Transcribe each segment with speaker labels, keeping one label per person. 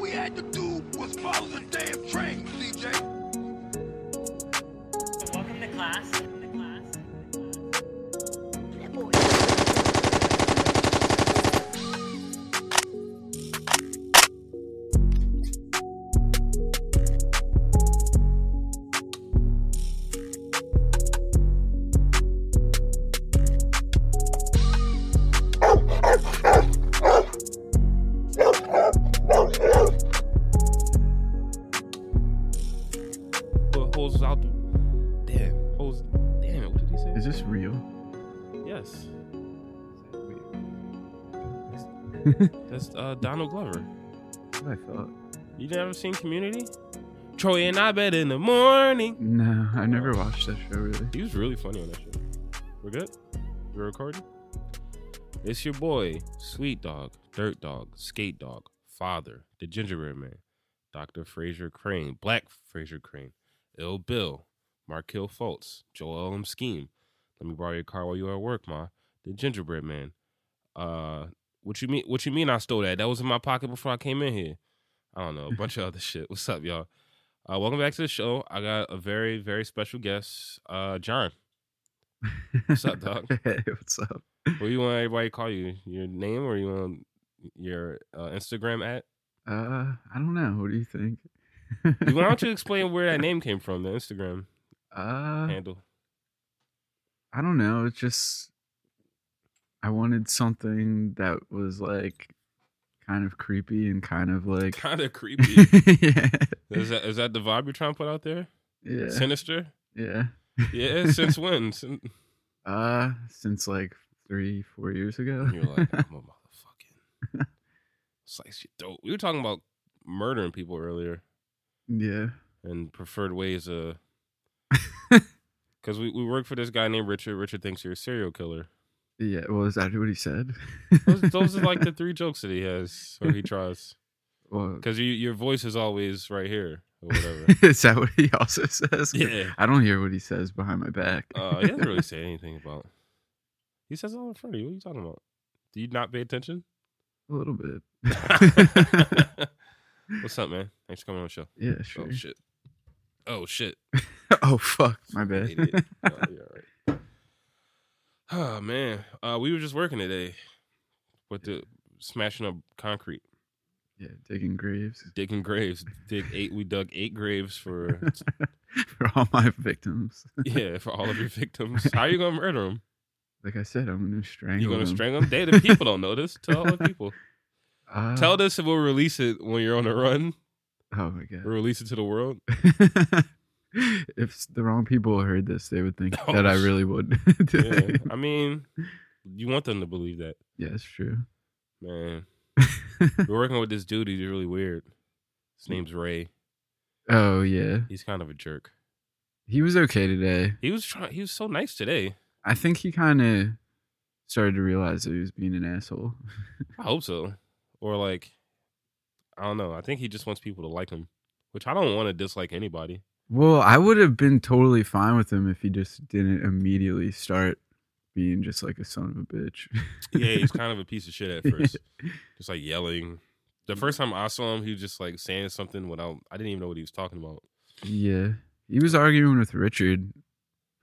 Speaker 1: we had to do was follow the damn train, CJ.
Speaker 2: Welcome to class. Welcome to class.
Speaker 3: But hoes out the damn hoes. Damn it! What did he say?
Speaker 4: Is this real?
Speaker 3: Yes. That's uh, Donald Glover.
Speaker 4: That's what I thought.
Speaker 3: You never seen Community? Troy and I bet in the morning.
Speaker 4: No, I never watched that show really.
Speaker 3: He was really funny on that show. We're good? We're recording? It's your boy, Sweet Dog, Dirt Dog, Skate Dog, Father, the Gingerbread Man, Dr. Fraser Crane, Black Fraser Crane, Ill Bill, Markill Fultz, Joel M. Scheme. Let me borrow your car while you're at work, Ma. The Gingerbread Man. Uh what you mean what you mean I stole that? That was in my pocket before I came in here. I don't know, a bunch of other shit. What's up, y'all? Uh, welcome back to the show. I got a very, very special guest, uh, John. What's up, dog?
Speaker 4: hey, what's up?
Speaker 3: What do you want everybody to call you? Your name or you want your uh, Instagram at?
Speaker 4: Uh, I don't know. What do you think?
Speaker 3: Why don't you explain where that name came from, the Instagram
Speaker 4: Uh,
Speaker 3: handle?
Speaker 4: I don't know. It's just I wanted something that was like kind of creepy and kind of like
Speaker 3: Kind of creepy.
Speaker 4: yeah,
Speaker 3: is, that, is that the vibe you're trying to put out there?
Speaker 4: yeah,
Speaker 3: Sinister?
Speaker 4: yeah.
Speaker 3: Yeah, since when? Sin-
Speaker 4: Uh, since like three, four years ago.
Speaker 3: you're like, I'm a motherfucking slice your throat. We were talking about murdering people earlier.
Speaker 4: yeah.
Speaker 3: and preferred ways of because we, we work for this guy named richard richard thinks you're a serial killer
Speaker 4: Yeah, well, is that what he said?
Speaker 3: those, those are like the three jokes that he has or he tries
Speaker 4: Well,
Speaker 3: because you, your voice is always right here or whatever
Speaker 4: is that what he also says? 'Cause
Speaker 3: Yeah.
Speaker 4: I don't hear what he says behind my back.
Speaker 3: uh, he doesn't really say anything about he says it all in front of you what are you talking about do you not pay attention
Speaker 4: A little bit.
Speaker 3: what's up man thanks for coming on the show
Speaker 4: Yeah, sure.
Speaker 3: oh shit oh shit
Speaker 4: Oh, fuck. My bad.
Speaker 3: Idiot. No, you're all right. Oh man, uh, we were just working today with the smashing up concrete,
Speaker 4: yeah, digging graves
Speaker 3: digging graves. Dig eight. We dug eight graves for
Speaker 4: for all my victims.
Speaker 3: yeah for all of your victims. How are you gonna murder them?
Speaker 4: Like I said, I'm going to strangle
Speaker 3: You gonna
Speaker 4: them.
Speaker 3: strangle them? They the people don't know this. Tell all the people.
Speaker 4: Uh,
Speaker 3: Tell this and we'll release it when you're on the run.
Speaker 4: Oh, my
Speaker 3: We'll
Speaker 4: God.
Speaker 3: release it to the world.
Speaker 4: if the wrong people heard this, they would think
Speaker 3: Oh,
Speaker 4: that I
Speaker 3: shit.
Speaker 4: really would.
Speaker 3: Yeah. I mean, you want them to believe that,
Speaker 4: yeah, it's true.
Speaker 3: man. We're working with this dude. He's really weird. His name's Ray.
Speaker 4: Oh, yeah.
Speaker 3: He's kind of a jerk.
Speaker 4: He was okay today.
Speaker 3: He was trying. He was so nice today.
Speaker 4: I think he kind of started to realize that he was being an asshole.
Speaker 3: I hope so. Or like, I don't know. I think he just wants people to like him, which I don't want to dislike anybody.
Speaker 4: Well, I would have been totally fine with him if he just didn't immediately start being just like a son of a bitch.
Speaker 3: Yeah, he's kind of a piece of shit at first, just like yelling. The first time I saw him, he was just like saying something without. I didn't even know what he was talking about.
Speaker 4: yeah. He was arguing with Richard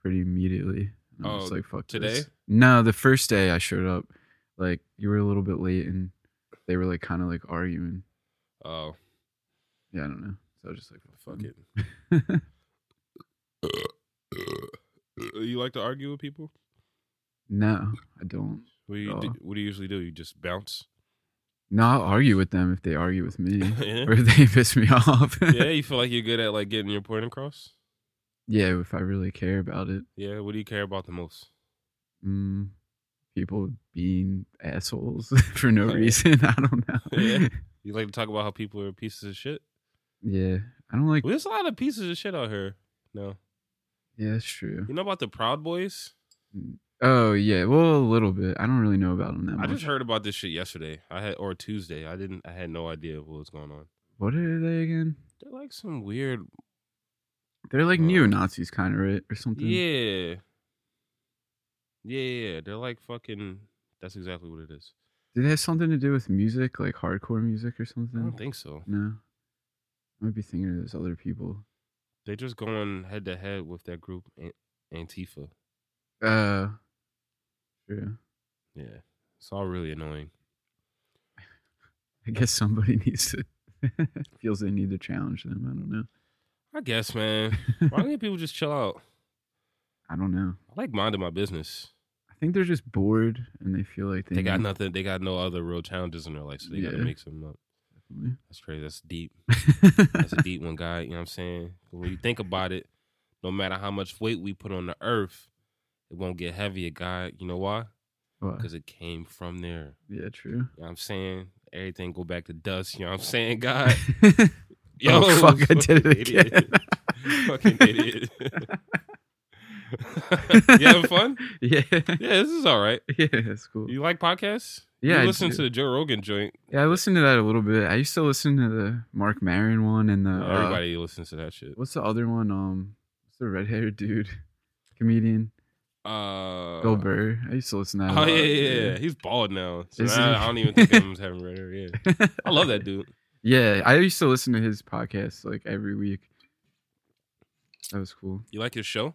Speaker 4: pretty immediately. And I was
Speaker 3: Oh,
Speaker 4: like, fuck
Speaker 3: today?
Speaker 4: this. No, the first day I showed up, like you were a little bit late and they were like kind of like arguing.
Speaker 3: Oh,
Speaker 4: Yeah, I don't know. So I was just like,
Speaker 3: fuck it. you like to argue with people?
Speaker 4: no, I don't.
Speaker 3: What do you
Speaker 4: Oh.
Speaker 3: do, what do you usually do? You just bounce.
Speaker 4: No, I'll argue with them if they argue with me
Speaker 3: yeah.
Speaker 4: or if they piss me off.
Speaker 3: yeah, you feel like you're good at like getting your point across.
Speaker 4: yeah, if I really care about it.
Speaker 3: Yeah, what do you care about the most?
Speaker 4: mm, people being assholes for no
Speaker 3: Oh, Yeah.
Speaker 4: reason. I don't know.
Speaker 3: Yeah.
Speaker 4: Yeah.
Speaker 3: You like to talk about how people are pieces of shit?
Speaker 4: I don't like.
Speaker 3: Well, there's a lot of pieces of shit out here. No.
Speaker 4: Yeah, it's true.
Speaker 3: You know about the Proud Boys?
Speaker 4: Oh yeah, well a little bit. I don't really know about them that
Speaker 3: I
Speaker 4: much.
Speaker 3: just heard about this shit yesterday. I had or Tuesday. I didn't I had no idea what was going on.
Speaker 4: What are they again?
Speaker 3: They're like some weird
Speaker 4: They're like
Speaker 3: Uh,
Speaker 4: neo Nazis, kind of right or something.
Speaker 3: Yeah. Yeah, yeah, yeah. They're like fucking that's exactly what it is.
Speaker 4: Did it have something to do with music, like hardcore music or
Speaker 3: I
Speaker 4: something?
Speaker 3: don't think so.
Speaker 4: No. I might be thinking of those other people.
Speaker 3: They're just going head to head with that group An- Antifa.
Speaker 4: Uh, true.
Speaker 3: Yeah, it's all really annoying.
Speaker 4: I guess somebody needs to feels they need to challenge them. I don't know.
Speaker 3: I guess, man. Why can't people just chill out?
Speaker 4: I don't know.
Speaker 3: I like minding my business.
Speaker 4: I think they're just bored and they feel like they,
Speaker 3: They got
Speaker 4: need-
Speaker 3: nothing. They got no other real challenges in their life, so they got to
Speaker 4: Mm-hmm. Yeah.
Speaker 3: make something up. That's crazy. That's deep. That's a deep one, guy. You know what I'm saying? When you think about it, no matter how much weight we put on the earth, it won't get heavier, guy. You know why?
Speaker 4: Well,
Speaker 3: Because it came from there.
Speaker 4: yeah, true.
Speaker 3: You know what I'm saying? Everything go back to dust. You know what I'm saying, God?
Speaker 4: Oh, fuck, I did it again.
Speaker 3: fucking idiot. you having fun?
Speaker 4: yeah,
Speaker 3: Yeah, this is all right.
Speaker 4: yeah, that's cool.
Speaker 3: You like podcasts?
Speaker 4: Yeah,
Speaker 3: You
Speaker 4: I
Speaker 3: listen
Speaker 4: do.
Speaker 3: to the Joe Rogan joint.
Speaker 4: Yeah, I listened to that a little bit. I used to listen to the Mark Maron one and the uh,
Speaker 3: Everybody listens to that shit.
Speaker 4: What's the other one? Um, what's the red haired dude, comedian
Speaker 3: Uh,
Speaker 4: Bill Burr? I used to listen to that. a
Speaker 3: Oh
Speaker 4: lot.
Speaker 3: yeah, yeah, yeah. He's bald now. So
Speaker 4: Is
Speaker 3: now
Speaker 4: he?
Speaker 3: I don't even think of him as having red hair. Yeah, I love that dude.
Speaker 4: Yeah, I used to listen to his podcast like every week. That was cool.
Speaker 3: You like his show?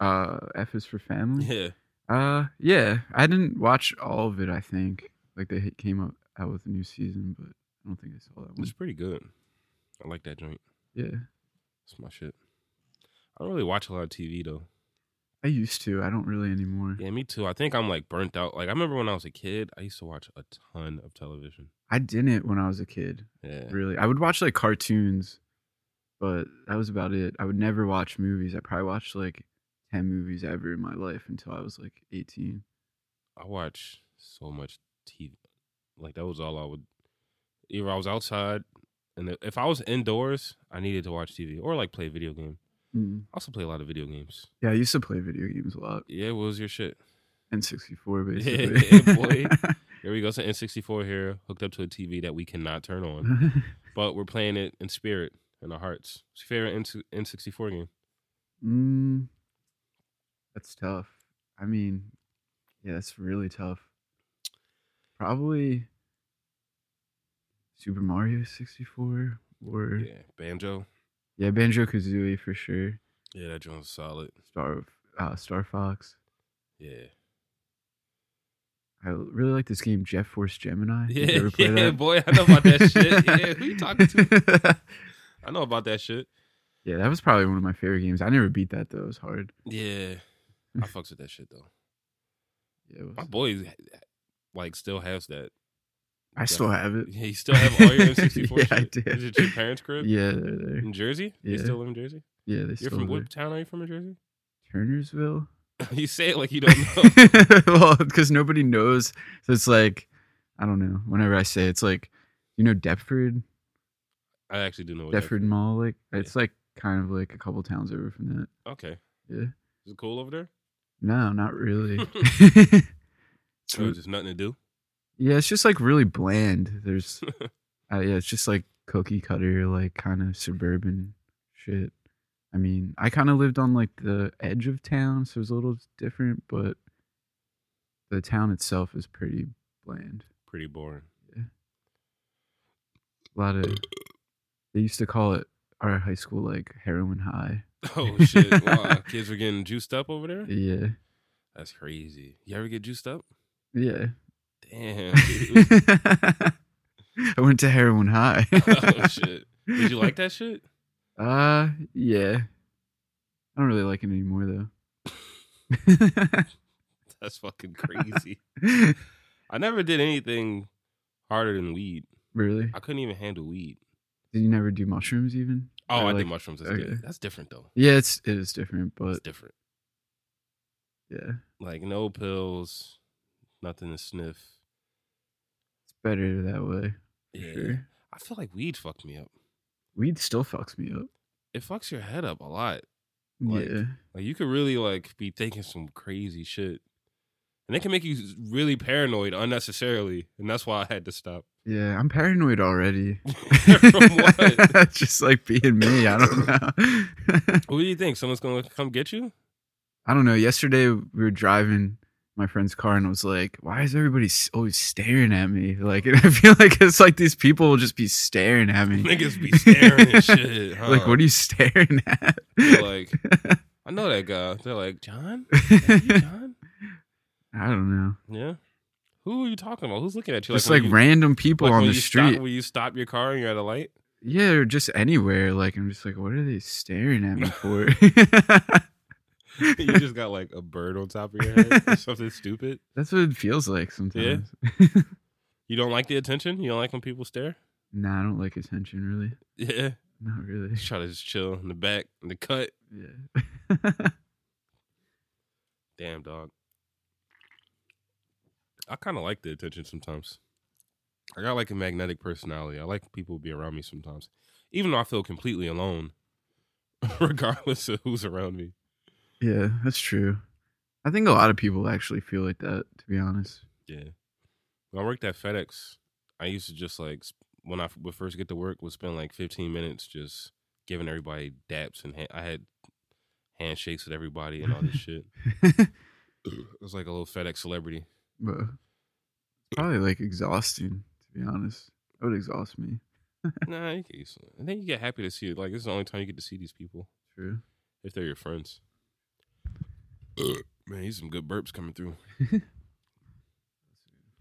Speaker 4: Uh, F is for family.
Speaker 3: Yeah,
Speaker 4: Uh, yeah, I didn't watch all of it. I think like they hit- came up out with a new season, but I don't think I saw that
Speaker 3: it's
Speaker 4: one.
Speaker 3: pretty good. I like that joint.
Speaker 4: Yeah,
Speaker 3: It's my shit. I don't really watch a lot of TV though.
Speaker 4: I used to. I don't really anymore.
Speaker 3: Yeah, me too. I think I'm like burnt out. Like I remember when I was a kid, I used to watch a ton of television.
Speaker 4: I didn't when I was a kid.
Speaker 3: Yeah,
Speaker 4: Really, I would watch like cartoons, but that was about it. I would never watch movies. I probably watched like ten movies ever in my life until I was like eighteen.
Speaker 3: I watched so much TV. Like that was all I would. Either I was outside, and if I was indoors, I needed to watch TV or like play a video game. I also play a lot of video games.
Speaker 4: Yeah, I used to play video games a lot.
Speaker 3: Yeah, what was your shit?
Speaker 4: N sixty four
Speaker 3: Yeah,
Speaker 4: basically.
Speaker 3: Here we go. It's an N64 here, hooked up to a TV that we cannot turn on, but we're playing it in spirit, in our hearts. What's your favorite N- N64 game?
Speaker 4: mm, that's tough. I mean, yeah, that's really tough. Probably Super Mario sixty four or yeah,
Speaker 3: Yeah, Banjo.
Speaker 4: Banjo Kazooie for sure.
Speaker 3: Yeah, that joint's solid.
Speaker 4: Star uh, Star Fox.
Speaker 3: Yeah.
Speaker 4: I really like this game, Jet Force Gemini. Did you
Speaker 3: Yeah,
Speaker 4: ever play
Speaker 3: yeah,
Speaker 4: that?
Speaker 3: boy, I know about that shit. Yeah, who you talking to? I know about that shit.
Speaker 4: yeah, that was probably one of my favorite games. I never beat that though. It was hard.
Speaker 3: Yeah. I fucks with that shit though.
Speaker 4: Yeah, it was-
Speaker 3: My boy like still has that.
Speaker 4: I still have it.
Speaker 3: Yeah, you still have all your N64
Speaker 4: Yeah,
Speaker 3: shit?
Speaker 4: I did.
Speaker 3: Is it your parents' crib?
Speaker 4: Yeah, they're there.
Speaker 3: In Jersey? You
Speaker 4: Yeah.
Speaker 3: still live in Jersey?
Speaker 4: Yeah, they
Speaker 3: You're
Speaker 4: still
Speaker 3: from
Speaker 4: from
Speaker 3: what town are you from in Jersey?
Speaker 4: Turnersville.
Speaker 3: you say it like you don't know.
Speaker 4: well, because nobody knows, so it's like I don't know. Whenever I say it, it's like you know Deptford,
Speaker 3: I actually do know what that-
Speaker 4: Deptford Mall. Like it's like kind of like a couple towns over from that.
Speaker 3: Okay.
Speaker 4: Yeah.
Speaker 3: Is it cool over there?
Speaker 4: No, not really.
Speaker 3: So just nothing to do.
Speaker 4: Yeah, it's just like really bland. There's, uh, yeah, it's just like cookie cutter, like kind of suburban shit. I mean, I kind of lived on like the edge of town, so it's a little different, but the town itself is pretty bland.
Speaker 3: Pretty boring.
Speaker 4: A lot of, they used to call it our high school like heroin high.
Speaker 3: Oh shit! Wow, kids were getting juiced up over there.
Speaker 4: Yeah.
Speaker 3: That's crazy. You ever get juiced up?
Speaker 4: Yeah.
Speaker 3: Damn. dude.
Speaker 4: I went to heroin high.
Speaker 3: oh shit! Did you like that shit?
Speaker 4: Uh, yeah. I don't really like it anymore though.
Speaker 3: That's fucking crazy. I never did anything harder than weed.
Speaker 4: really?
Speaker 3: I couldn't even handle weed.
Speaker 4: Did you never do mushrooms even?
Speaker 3: Oh, I,
Speaker 4: Or,
Speaker 3: did
Speaker 4: like-
Speaker 3: mushrooms. That's
Speaker 4: okay.
Speaker 3: good. That's different though.
Speaker 4: Yeah, it's it is different,
Speaker 3: It's
Speaker 4: but
Speaker 3: different.
Speaker 4: yeah,
Speaker 3: Like no pills, nothing to sniff.
Speaker 4: it's better that way. for
Speaker 3: Yeah.
Speaker 4: Sure.
Speaker 3: I feel like weed fucked me up.
Speaker 4: Weed still fucks me up.
Speaker 3: It fucks your head up a lot. Like-
Speaker 4: yeah.
Speaker 3: Like you could really like be thinking some crazy shit, and it can make you really paranoid unnecessarily, and that's why I had to stop.
Speaker 4: Yeah, I'm paranoid already.
Speaker 3: From what?
Speaker 4: Just like being me, I don't know.
Speaker 3: What do you think? Someone's gonna come get you?
Speaker 4: I don't know. Yesterday we were driving my friend's car and was like, "Why is everybody s- always staring at me?" Like, and I feel like it's like these people will just be staring at me.
Speaker 3: Niggas be staring and shit. Huh?
Speaker 4: Like, what are you staring at?
Speaker 3: They're like? I know that guy. They're like John. You John?
Speaker 4: I don't know.
Speaker 3: Yeah. Who are you talking about? Who's looking at you?
Speaker 4: Just
Speaker 3: when
Speaker 4: like
Speaker 3: you-
Speaker 4: random people
Speaker 3: like
Speaker 4: on
Speaker 3: when
Speaker 4: the
Speaker 3: you
Speaker 4: street.
Speaker 3: Stop, when you stop your car and you're at a light.
Speaker 4: yeah, or just anywhere. Like, I'm just like, what are they staring at me for?
Speaker 3: you just got like a bird on top of your head or something stupid.
Speaker 4: That's what it feels like sometimes.
Speaker 3: You don't like the attention? You don't like when people stare?
Speaker 4: Nah, I don't like attention really.
Speaker 3: Yeah.
Speaker 4: Not really.
Speaker 3: Just try to just chill in the back, in the cut.
Speaker 4: Yeah.
Speaker 3: Damn, dog. I kind of like the attention sometimes. I got like a magnetic personality. I like people to be around me sometimes, even though I feel completely alone, regardless of who's around me.
Speaker 4: yeah, that's true. I think a lot of people actually feel like that, to be honest.
Speaker 3: Yeah. When I worked at FedEx, I used to just like sp- when I f- would first get to work, would spend like 15 minutes just giving everybody daps and ha- I had handshakes with everybody and all this shit. It was like a little FedEx celebrity.
Speaker 4: but it's probably like exhausting, to be honest. That would exhaust me.
Speaker 3: nah, you get used to it. And then you get happy to see it. Like this is the only time you get to see these people
Speaker 4: True.
Speaker 3: if they're your friends. Man, he's some good burps coming through.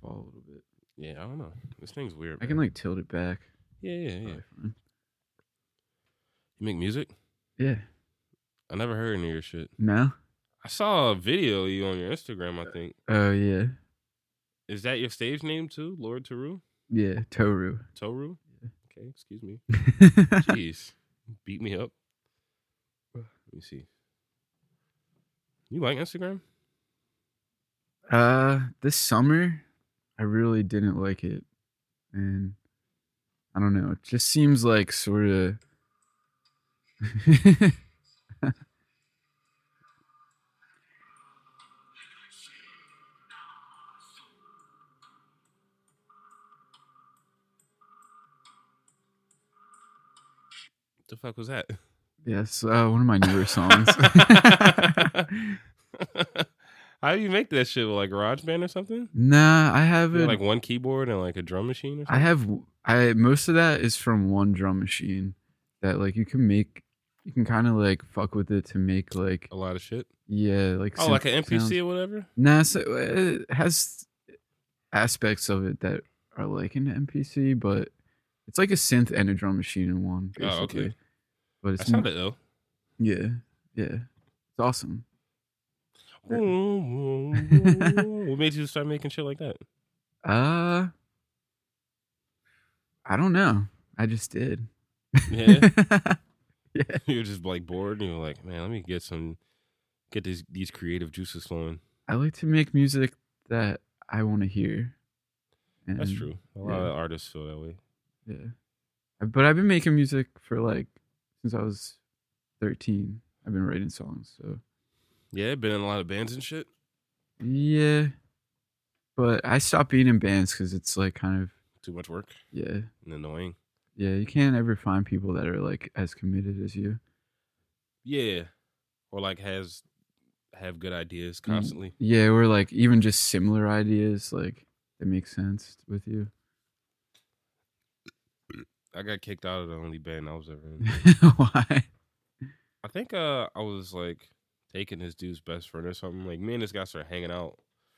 Speaker 4: Fall a little bit.
Speaker 3: Yeah, I don't know. This thing's weird.
Speaker 4: I can
Speaker 3: man.
Speaker 4: like tilt it back.
Speaker 3: yeah, yeah, yeah.
Speaker 4: Probably fine.
Speaker 3: You make music?
Speaker 4: Yeah.
Speaker 3: I never heard any of your shit.
Speaker 4: No?
Speaker 3: I saw a video of you on your Instagram. I think.
Speaker 4: Oh, yeah.
Speaker 3: Is that your stage name too, Lord Toru?
Speaker 4: Yeah. Toru.
Speaker 3: Toru? Okay, excuse me.
Speaker 4: I
Speaker 3: Jeez, beat me up. Let me see. You like Instagram?
Speaker 4: Uh, this summer, I really didn't like it, and I don't know. It just seems like sort of.
Speaker 3: The fuck was that?
Speaker 4: yes, uh, one of my newer songs.
Speaker 3: How do you make that shit with like GarageBand or something?
Speaker 4: nah, I have
Speaker 3: You have, like
Speaker 4: it.
Speaker 3: one keyboard and like a drum machine or
Speaker 4: I
Speaker 3: something.
Speaker 4: have. I most of that is from one drum machine that like you can make. You can kind of like fuck with it to make like
Speaker 3: A lot of shit.
Speaker 4: yeah like
Speaker 3: Oh, like
Speaker 4: synth
Speaker 3: an NPC
Speaker 4: sounds.
Speaker 3: or whatever.
Speaker 4: Nah, so it has aspects of it that are like an MPC, but it's like a synth and a drum machine in one.
Speaker 3: Oh, okay.
Speaker 4: Basically. But
Speaker 3: That
Speaker 4: it's not,
Speaker 3: sounded ill.
Speaker 4: yeah, yeah, it's awesome.
Speaker 3: what made you start making shit like that?
Speaker 4: Uh, I don't know. I just did.
Speaker 3: Yeah.
Speaker 4: yeah,
Speaker 3: you were just like bored and you were like, man, let me get some, get these these creative juices flowing.
Speaker 4: I like to make music that I want to hear. And
Speaker 3: That's true. A lot
Speaker 4: Mm-hmm. yeah.
Speaker 3: of artists feel that way.
Speaker 4: Yeah, Uh, but I've been making music for like since I was thirteen. I've been writing songs, so.
Speaker 3: Yeah, been in a lot of bands and shit.
Speaker 4: Yeah, but I stopped being in bands because it's like kind of
Speaker 3: Too much work
Speaker 4: yeah,
Speaker 3: and annoying.
Speaker 4: yeah. You can't ever find people that are like as committed as you.
Speaker 3: Yeah, or like has have good ideas
Speaker 4: Mm-hmm.
Speaker 3: constantly.
Speaker 4: Yeah, or like even just similar ideas like that make sense with you.
Speaker 3: I got kicked out of the only band I was ever in.
Speaker 4: Why?
Speaker 3: I think uh I was like taking this dude's best friend or something. Like me and this guy started hanging out,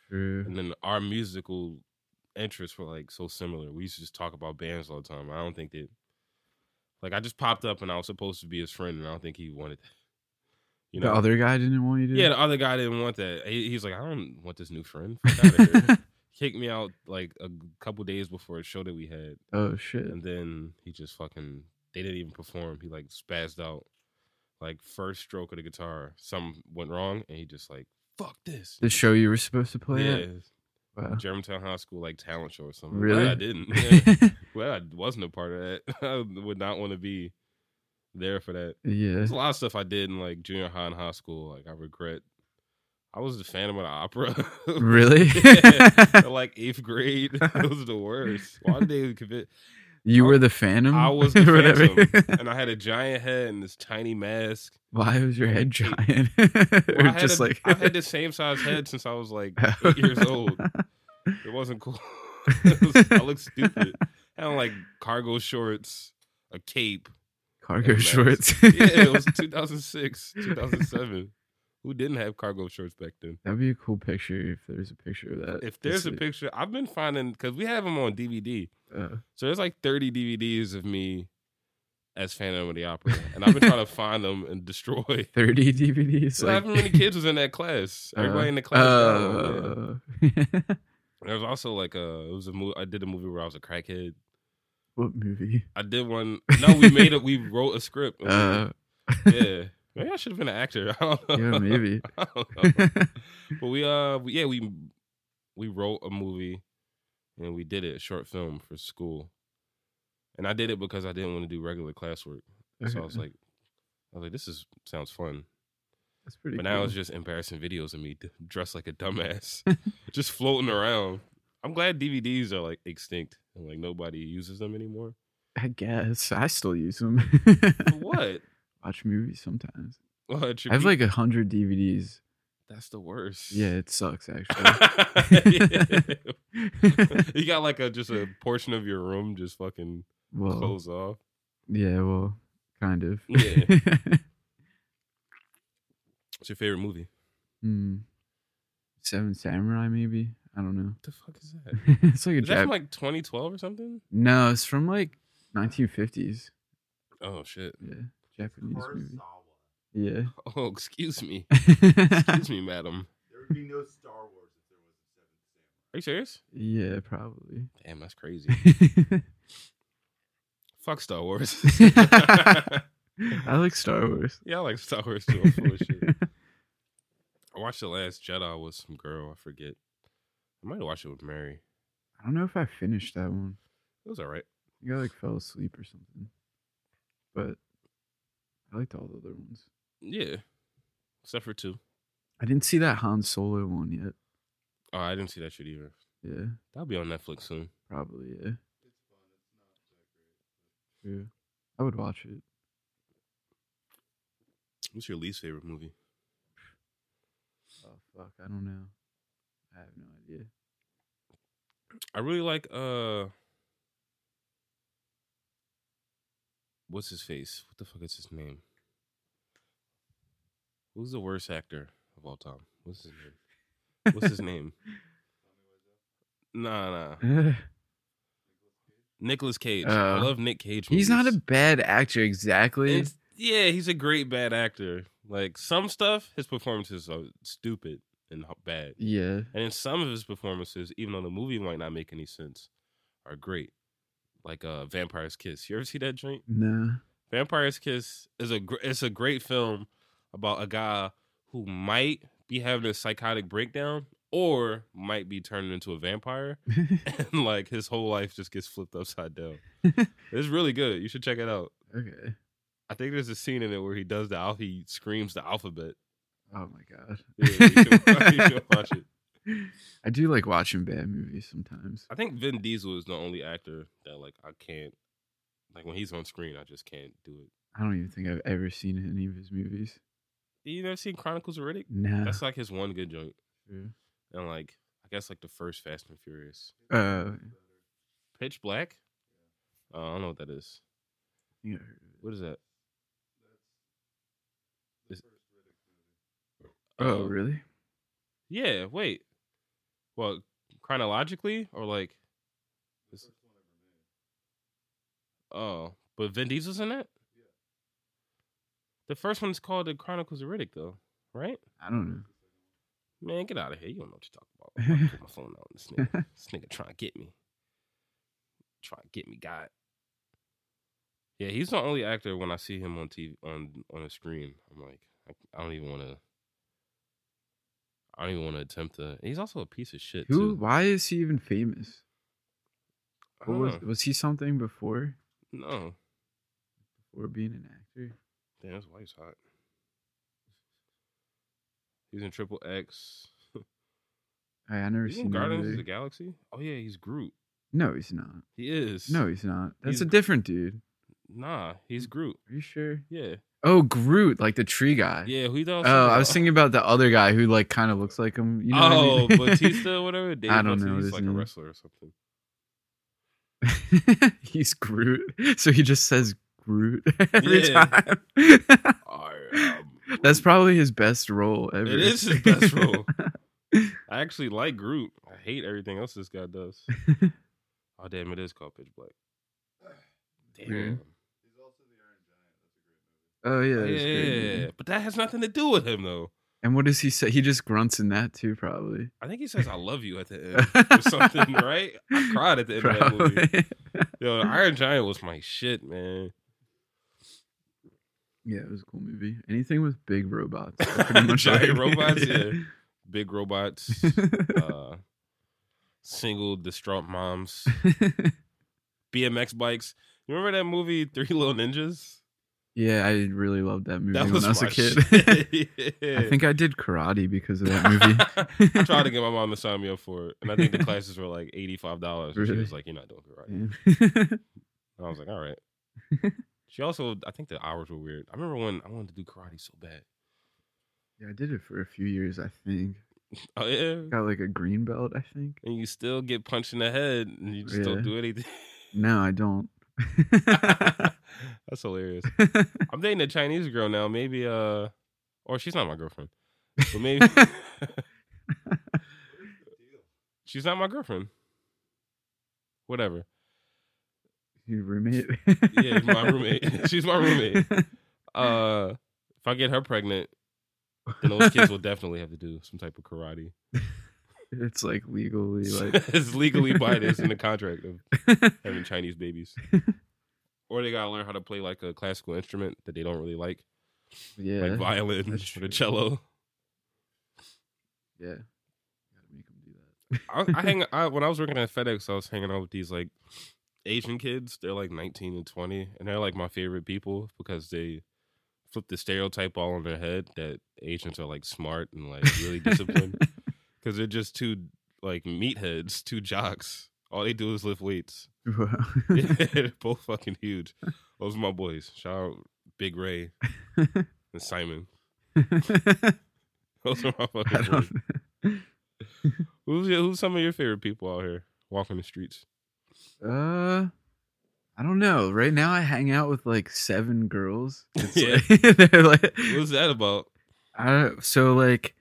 Speaker 4: True.
Speaker 3: and then our musical interests were like so similar. We used to just talk about bands all the time. I don't think that like I just popped up and I was supposed to be his friend, and I don't think he wanted. That. You
Speaker 4: the other guy didn't want you to.
Speaker 3: Yeah, the other guy didn't want that. He, he was like, I don't want this new friend. Fuck outta here. Kicked me out like a couple days before a show that we had,
Speaker 4: oh shit.
Speaker 3: and then he just fucking. They didn't even perform. He like spazzed out. Like first stroke of the guitar, something went wrong, and he just like fuck this.
Speaker 4: The show you were supposed to play.
Speaker 3: yeah,
Speaker 4: At? Wow.
Speaker 3: Germantown High School like talent show or something.
Speaker 4: Really?
Speaker 3: Glad I didn't. Yeah. Glad I wasn't a part of that. I would not want to be there for that.
Speaker 4: yeah.
Speaker 3: There's a lot of stuff I did in like junior high and high school. Like I regret. I was the Phantom of the Opera.
Speaker 4: Really?
Speaker 3: Yeah. like eighth grade, it was the worst. Why did they convict?
Speaker 4: You were the Phantom.
Speaker 3: I was the
Speaker 4: Or whatever.
Speaker 3: phantom, and I had a giant head and this tiny mask.
Speaker 4: Why was your head
Speaker 3: Well,
Speaker 4: giant?
Speaker 3: Well,
Speaker 4: or
Speaker 3: I had
Speaker 4: just
Speaker 3: a-
Speaker 4: like
Speaker 3: I've had the same size head since I was like eight years old. It wasn't cool. It was- I looked stupid. I had like cargo shorts, a cape. and a
Speaker 4: Cargo
Speaker 3: mask.
Speaker 4: shorts.
Speaker 3: yeah, it was 2006, 2007. Who didn't have cargo shorts back then?
Speaker 4: That'd be a cool picture if there's a picture of that.
Speaker 3: If there's a
Speaker 4: That's
Speaker 3: picture, I've been finding because we have them on DVD.
Speaker 4: it. Uh,
Speaker 3: So there's like 30 DVDs of me as Phantom of the Opera, and I've been trying to find them and destroy.
Speaker 4: 30 DVDs.
Speaker 3: So
Speaker 4: Like,
Speaker 3: however many kids was in that class.
Speaker 4: uh,
Speaker 3: Everybody in the class. got one,
Speaker 4: Oh.
Speaker 3: yeah.
Speaker 4: uh,
Speaker 3: There was also like a it was a movie. I did a movie where I was a crackhead.
Speaker 4: what movie?
Speaker 3: I did one. No, we made it. We wrote a script. and-
Speaker 4: Uh,
Speaker 3: yeah, maybe I should have been an actor. I don't know.
Speaker 4: yeah, maybe.
Speaker 3: I don't know. but we uh we- yeah we we wrote a movie and we did it a short film for school, and I did it because I didn't want to do regular classwork. So I was like, I was like, this is sounds fun.
Speaker 4: that's pretty
Speaker 3: But
Speaker 4: cool.
Speaker 3: now it's just embarrassing videos of me d- dressed like a dumbass, just floating around. I'm glad DVDs are like extinct and like nobody uses them anymore.
Speaker 4: I guess I still use them.
Speaker 3: For what?
Speaker 4: Watch movies sometimes.
Speaker 3: Well, it should
Speaker 4: I have
Speaker 3: be-
Speaker 4: like a hundred DVDs.
Speaker 3: that's the worst.
Speaker 4: Yeah, it sucks actually.
Speaker 3: Yeah. you got like a just a portion of your room just fucking
Speaker 4: well,
Speaker 3: closed off.
Speaker 4: yeah, well, kind of.
Speaker 3: Yeah. What's your favorite movie?
Speaker 4: Hmm. Seven Samurai, maybe. I don't know.
Speaker 3: What the fuck is that?
Speaker 4: it's like a
Speaker 3: Is that
Speaker 4: Jap-
Speaker 3: from like 2012 or something?
Speaker 4: No, it's from like 1950s.
Speaker 3: Oh shit!
Speaker 4: Yeah, Japanese movie. Yeah.
Speaker 3: Oh, excuse me, excuse
Speaker 4: yeah,
Speaker 3: me, madam.
Speaker 5: There would be no Star Wars if there wasn't Seven Samurai.
Speaker 3: Are you serious?
Speaker 4: probably.
Speaker 3: Damn, that's crazy. Fuck Star Wars.
Speaker 4: I like Star Wars.
Speaker 3: yeah, I like Star Wars too. I'm full of shit. I watched The Last Jedi with some girl. I forget. I might have watched it with Mary.
Speaker 4: I don't know if I finished that one.
Speaker 3: It was all right.
Speaker 4: I think I like fell asleep or something. But I liked all the other ones.
Speaker 3: Yeah, except for two.
Speaker 4: I didn't see that Han Solo one yet.
Speaker 3: Oh, I didn't see that shit either.
Speaker 4: Yeah,
Speaker 3: That'll be on Netflix soon.
Speaker 4: probably. Yeah,
Speaker 5: It's fun. It's not that great.
Speaker 4: true. I would watch it.
Speaker 3: What's your least favorite movie?
Speaker 4: Oh fuck, I don't know. I have no idea.
Speaker 3: I really like uh, what's his face? What the fuck is his name? Who's the worst actor of all time? What's his name? What's his name? Nah, nah.
Speaker 4: Uh,
Speaker 3: Nicholas Cage. I
Speaker 4: Uh,
Speaker 3: love Nick Cage.
Speaker 4: he's not a
Speaker 3: movies.
Speaker 4: bad actor exactly.
Speaker 3: It's- yeah, he's a great bad actor. Like some stuff, his performances are stupid and h- bad.
Speaker 4: yeah,
Speaker 3: And in some of his performances, even though the movie might not make any sense, are great. Like uh, Vampire's Kiss. You ever see that joint?
Speaker 4: no.
Speaker 3: Vampire's Kiss is a gr- it's a great film about a guy who might be having a psychotic breakdown or might be turning into a vampire, and like his whole life just gets flipped upside down. it's really good. You should check it out.
Speaker 4: okay.
Speaker 3: I think there's a scene in it where he does the al- he screams the alphabet.
Speaker 4: Oh my god.
Speaker 3: Yeah, you should, you should watch it.
Speaker 4: I do like watching bad movies sometimes.
Speaker 3: I think Vin Diesel is the only actor that like I can't like when he's on screen I just can't do it.
Speaker 4: I don't even think I've ever seen any of his movies.
Speaker 3: You never seen Chronicles of Riddick?
Speaker 4: Nah.
Speaker 3: That's like his one good joint.
Speaker 4: true.
Speaker 3: And like I guess like the first Fast and Furious.
Speaker 4: Uh, I
Speaker 3: Pitch Black? Uh, I don't know what that is.
Speaker 4: think I heard of it.
Speaker 3: What is that?
Speaker 5: That's
Speaker 3: Is-
Speaker 5: the first Riddick movie.
Speaker 4: Oh,
Speaker 3: Uh,
Speaker 4: really?
Speaker 3: Yeah, wait. Well, chronologically or like
Speaker 5: The
Speaker 3: Is-
Speaker 5: first one ever made.
Speaker 3: oh, but Vin Diesel's in it?
Speaker 5: Yeah.
Speaker 3: The first one's called The Chronicles of Riddick though, right?
Speaker 4: I don't know.
Speaker 3: Man, get out of here. You don't know what you're talking about. I put my phone out. This nigga, this nigga trying to get me. Trying to get me, God. Yeah, he's the only actor when I see him on TV on on a screen. I'm like, I, I don't even want to. I don't even want to attempt to. He's also a piece of shit
Speaker 4: Who?
Speaker 3: too.
Speaker 4: Why is he even famous?
Speaker 3: I
Speaker 4: What
Speaker 3: don't
Speaker 4: was
Speaker 3: know.
Speaker 4: was he something before
Speaker 3: No,
Speaker 4: before being an actor?
Speaker 3: damn, his wife's hot. He's in Triple X.
Speaker 4: I, I never
Speaker 3: He's in
Speaker 4: seen that
Speaker 3: Guardians of the
Speaker 4: either.
Speaker 3: Galaxy. Oh yeah, he's Groot.
Speaker 4: No, he's not.
Speaker 3: He is.
Speaker 4: No, he's not. That's
Speaker 3: He's
Speaker 4: a
Speaker 3: Gro-
Speaker 4: different dude.
Speaker 3: Nah, he's Groot.
Speaker 4: Are you sure?
Speaker 3: Yeah.
Speaker 4: Oh, Groot, like the tree guy.
Speaker 3: Yeah, who does?
Speaker 4: Oh, I was thinking about the other guy who like kind of looks like him. You know
Speaker 3: oh,
Speaker 4: what I mean?
Speaker 3: Batista, whatever. Dave
Speaker 4: I don't
Speaker 3: Bautista,
Speaker 4: know
Speaker 3: He's
Speaker 4: his
Speaker 3: like
Speaker 4: name.
Speaker 3: a wrestler or something.
Speaker 4: he's Groot. So he just says Groot every
Speaker 3: Yeah.
Speaker 4: time.
Speaker 3: I, um,
Speaker 4: That's probably his best role ever.
Speaker 3: It is his best role. I actually like Groot. I hate everything else this guy does. oh damn, it is called Pitch Black. Damn.
Speaker 4: Weird.
Speaker 5: He's also the Iron Giant. That's a great movie.
Speaker 4: oh yeah,
Speaker 3: Yeah,
Speaker 4: that's great, man.
Speaker 3: but that has nothing to do with him though.
Speaker 4: And what does he say? He just grunts in that too, probably.
Speaker 3: I think he says "I love you" at the end or something, right? I cried at the end of that movie.
Speaker 4: Probably.
Speaker 3: Yo, Iron Giant was my shit, man.
Speaker 4: yeah, it was a cool movie. Anything with big robots, I pretty much
Speaker 3: Giant
Speaker 4: like.
Speaker 3: robots, yeah. Big robots, uh, single distraught moms, BMX bikes. You remember that movie Three Little Ninjas?
Speaker 4: yeah, I really loved that movie
Speaker 3: That
Speaker 4: when
Speaker 3: was
Speaker 4: I was
Speaker 3: my
Speaker 4: a kid.
Speaker 3: shit. yeah.
Speaker 4: I think I did karate because of that movie.
Speaker 3: I tried to get my mom to sign me up for it, and I think the classes were like eighty five dollars. She
Speaker 4: Really?
Speaker 3: was like, "You're not doing it right."
Speaker 4: Yeah.
Speaker 3: And I was like, "All right." She also, I think the hours were weird. I remember when I wanted to do karate so bad.
Speaker 4: yeah, I did it for a few years, I think.
Speaker 3: Oh yeah,
Speaker 4: Got like a green belt, I think.
Speaker 3: and you still get punched in the head, and you just
Speaker 4: Yeah.
Speaker 3: don't do anything.
Speaker 4: No, I don't.
Speaker 3: That's hilarious. I'm dating a Chinese girl now. Maybe, uh, or she's not my girlfriend, but maybe
Speaker 5: What is the deal?
Speaker 3: she's not my girlfriend. Whatever.
Speaker 4: Your roommate?
Speaker 3: Yeah, my roommate. She's my roommate. uh if I get her pregnant, then those kids will definitely have to do some type of karate.
Speaker 4: It's like legally like
Speaker 3: it's legally binding it's in the contract of having Chinese babies. or they gotta learn how to play like a classical instrument that they don't really like,
Speaker 4: yeah,
Speaker 3: like violin or
Speaker 4: that's
Speaker 3: the
Speaker 4: true.
Speaker 3: cello.
Speaker 4: yeah. Gotta make him do that.
Speaker 3: I, I hang I, when I was working at FedEx, I was hanging out with these like Asian kids. They're like 19 and 20, and they're like my favorite people because they flip the stereotype all on their head that Asians are like smart and like really disciplined because they're just two like meatheads, two jocks. All they do is lift weights.
Speaker 4: Wow.
Speaker 3: Yeah, they're both fucking huge. Those are my boys. Shout out Big Ray and Simon. Those are my
Speaker 4: I
Speaker 3: fucking boys.
Speaker 4: don't.
Speaker 3: Who's, your, who's some of your favorite people out here walking the streets?
Speaker 4: Uh, I don't know. Right now, I hang out with like seven girls. It's
Speaker 3: Yeah.
Speaker 4: like, they're like,
Speaker 3: What's that about?
Speaker 4: I don't, so like,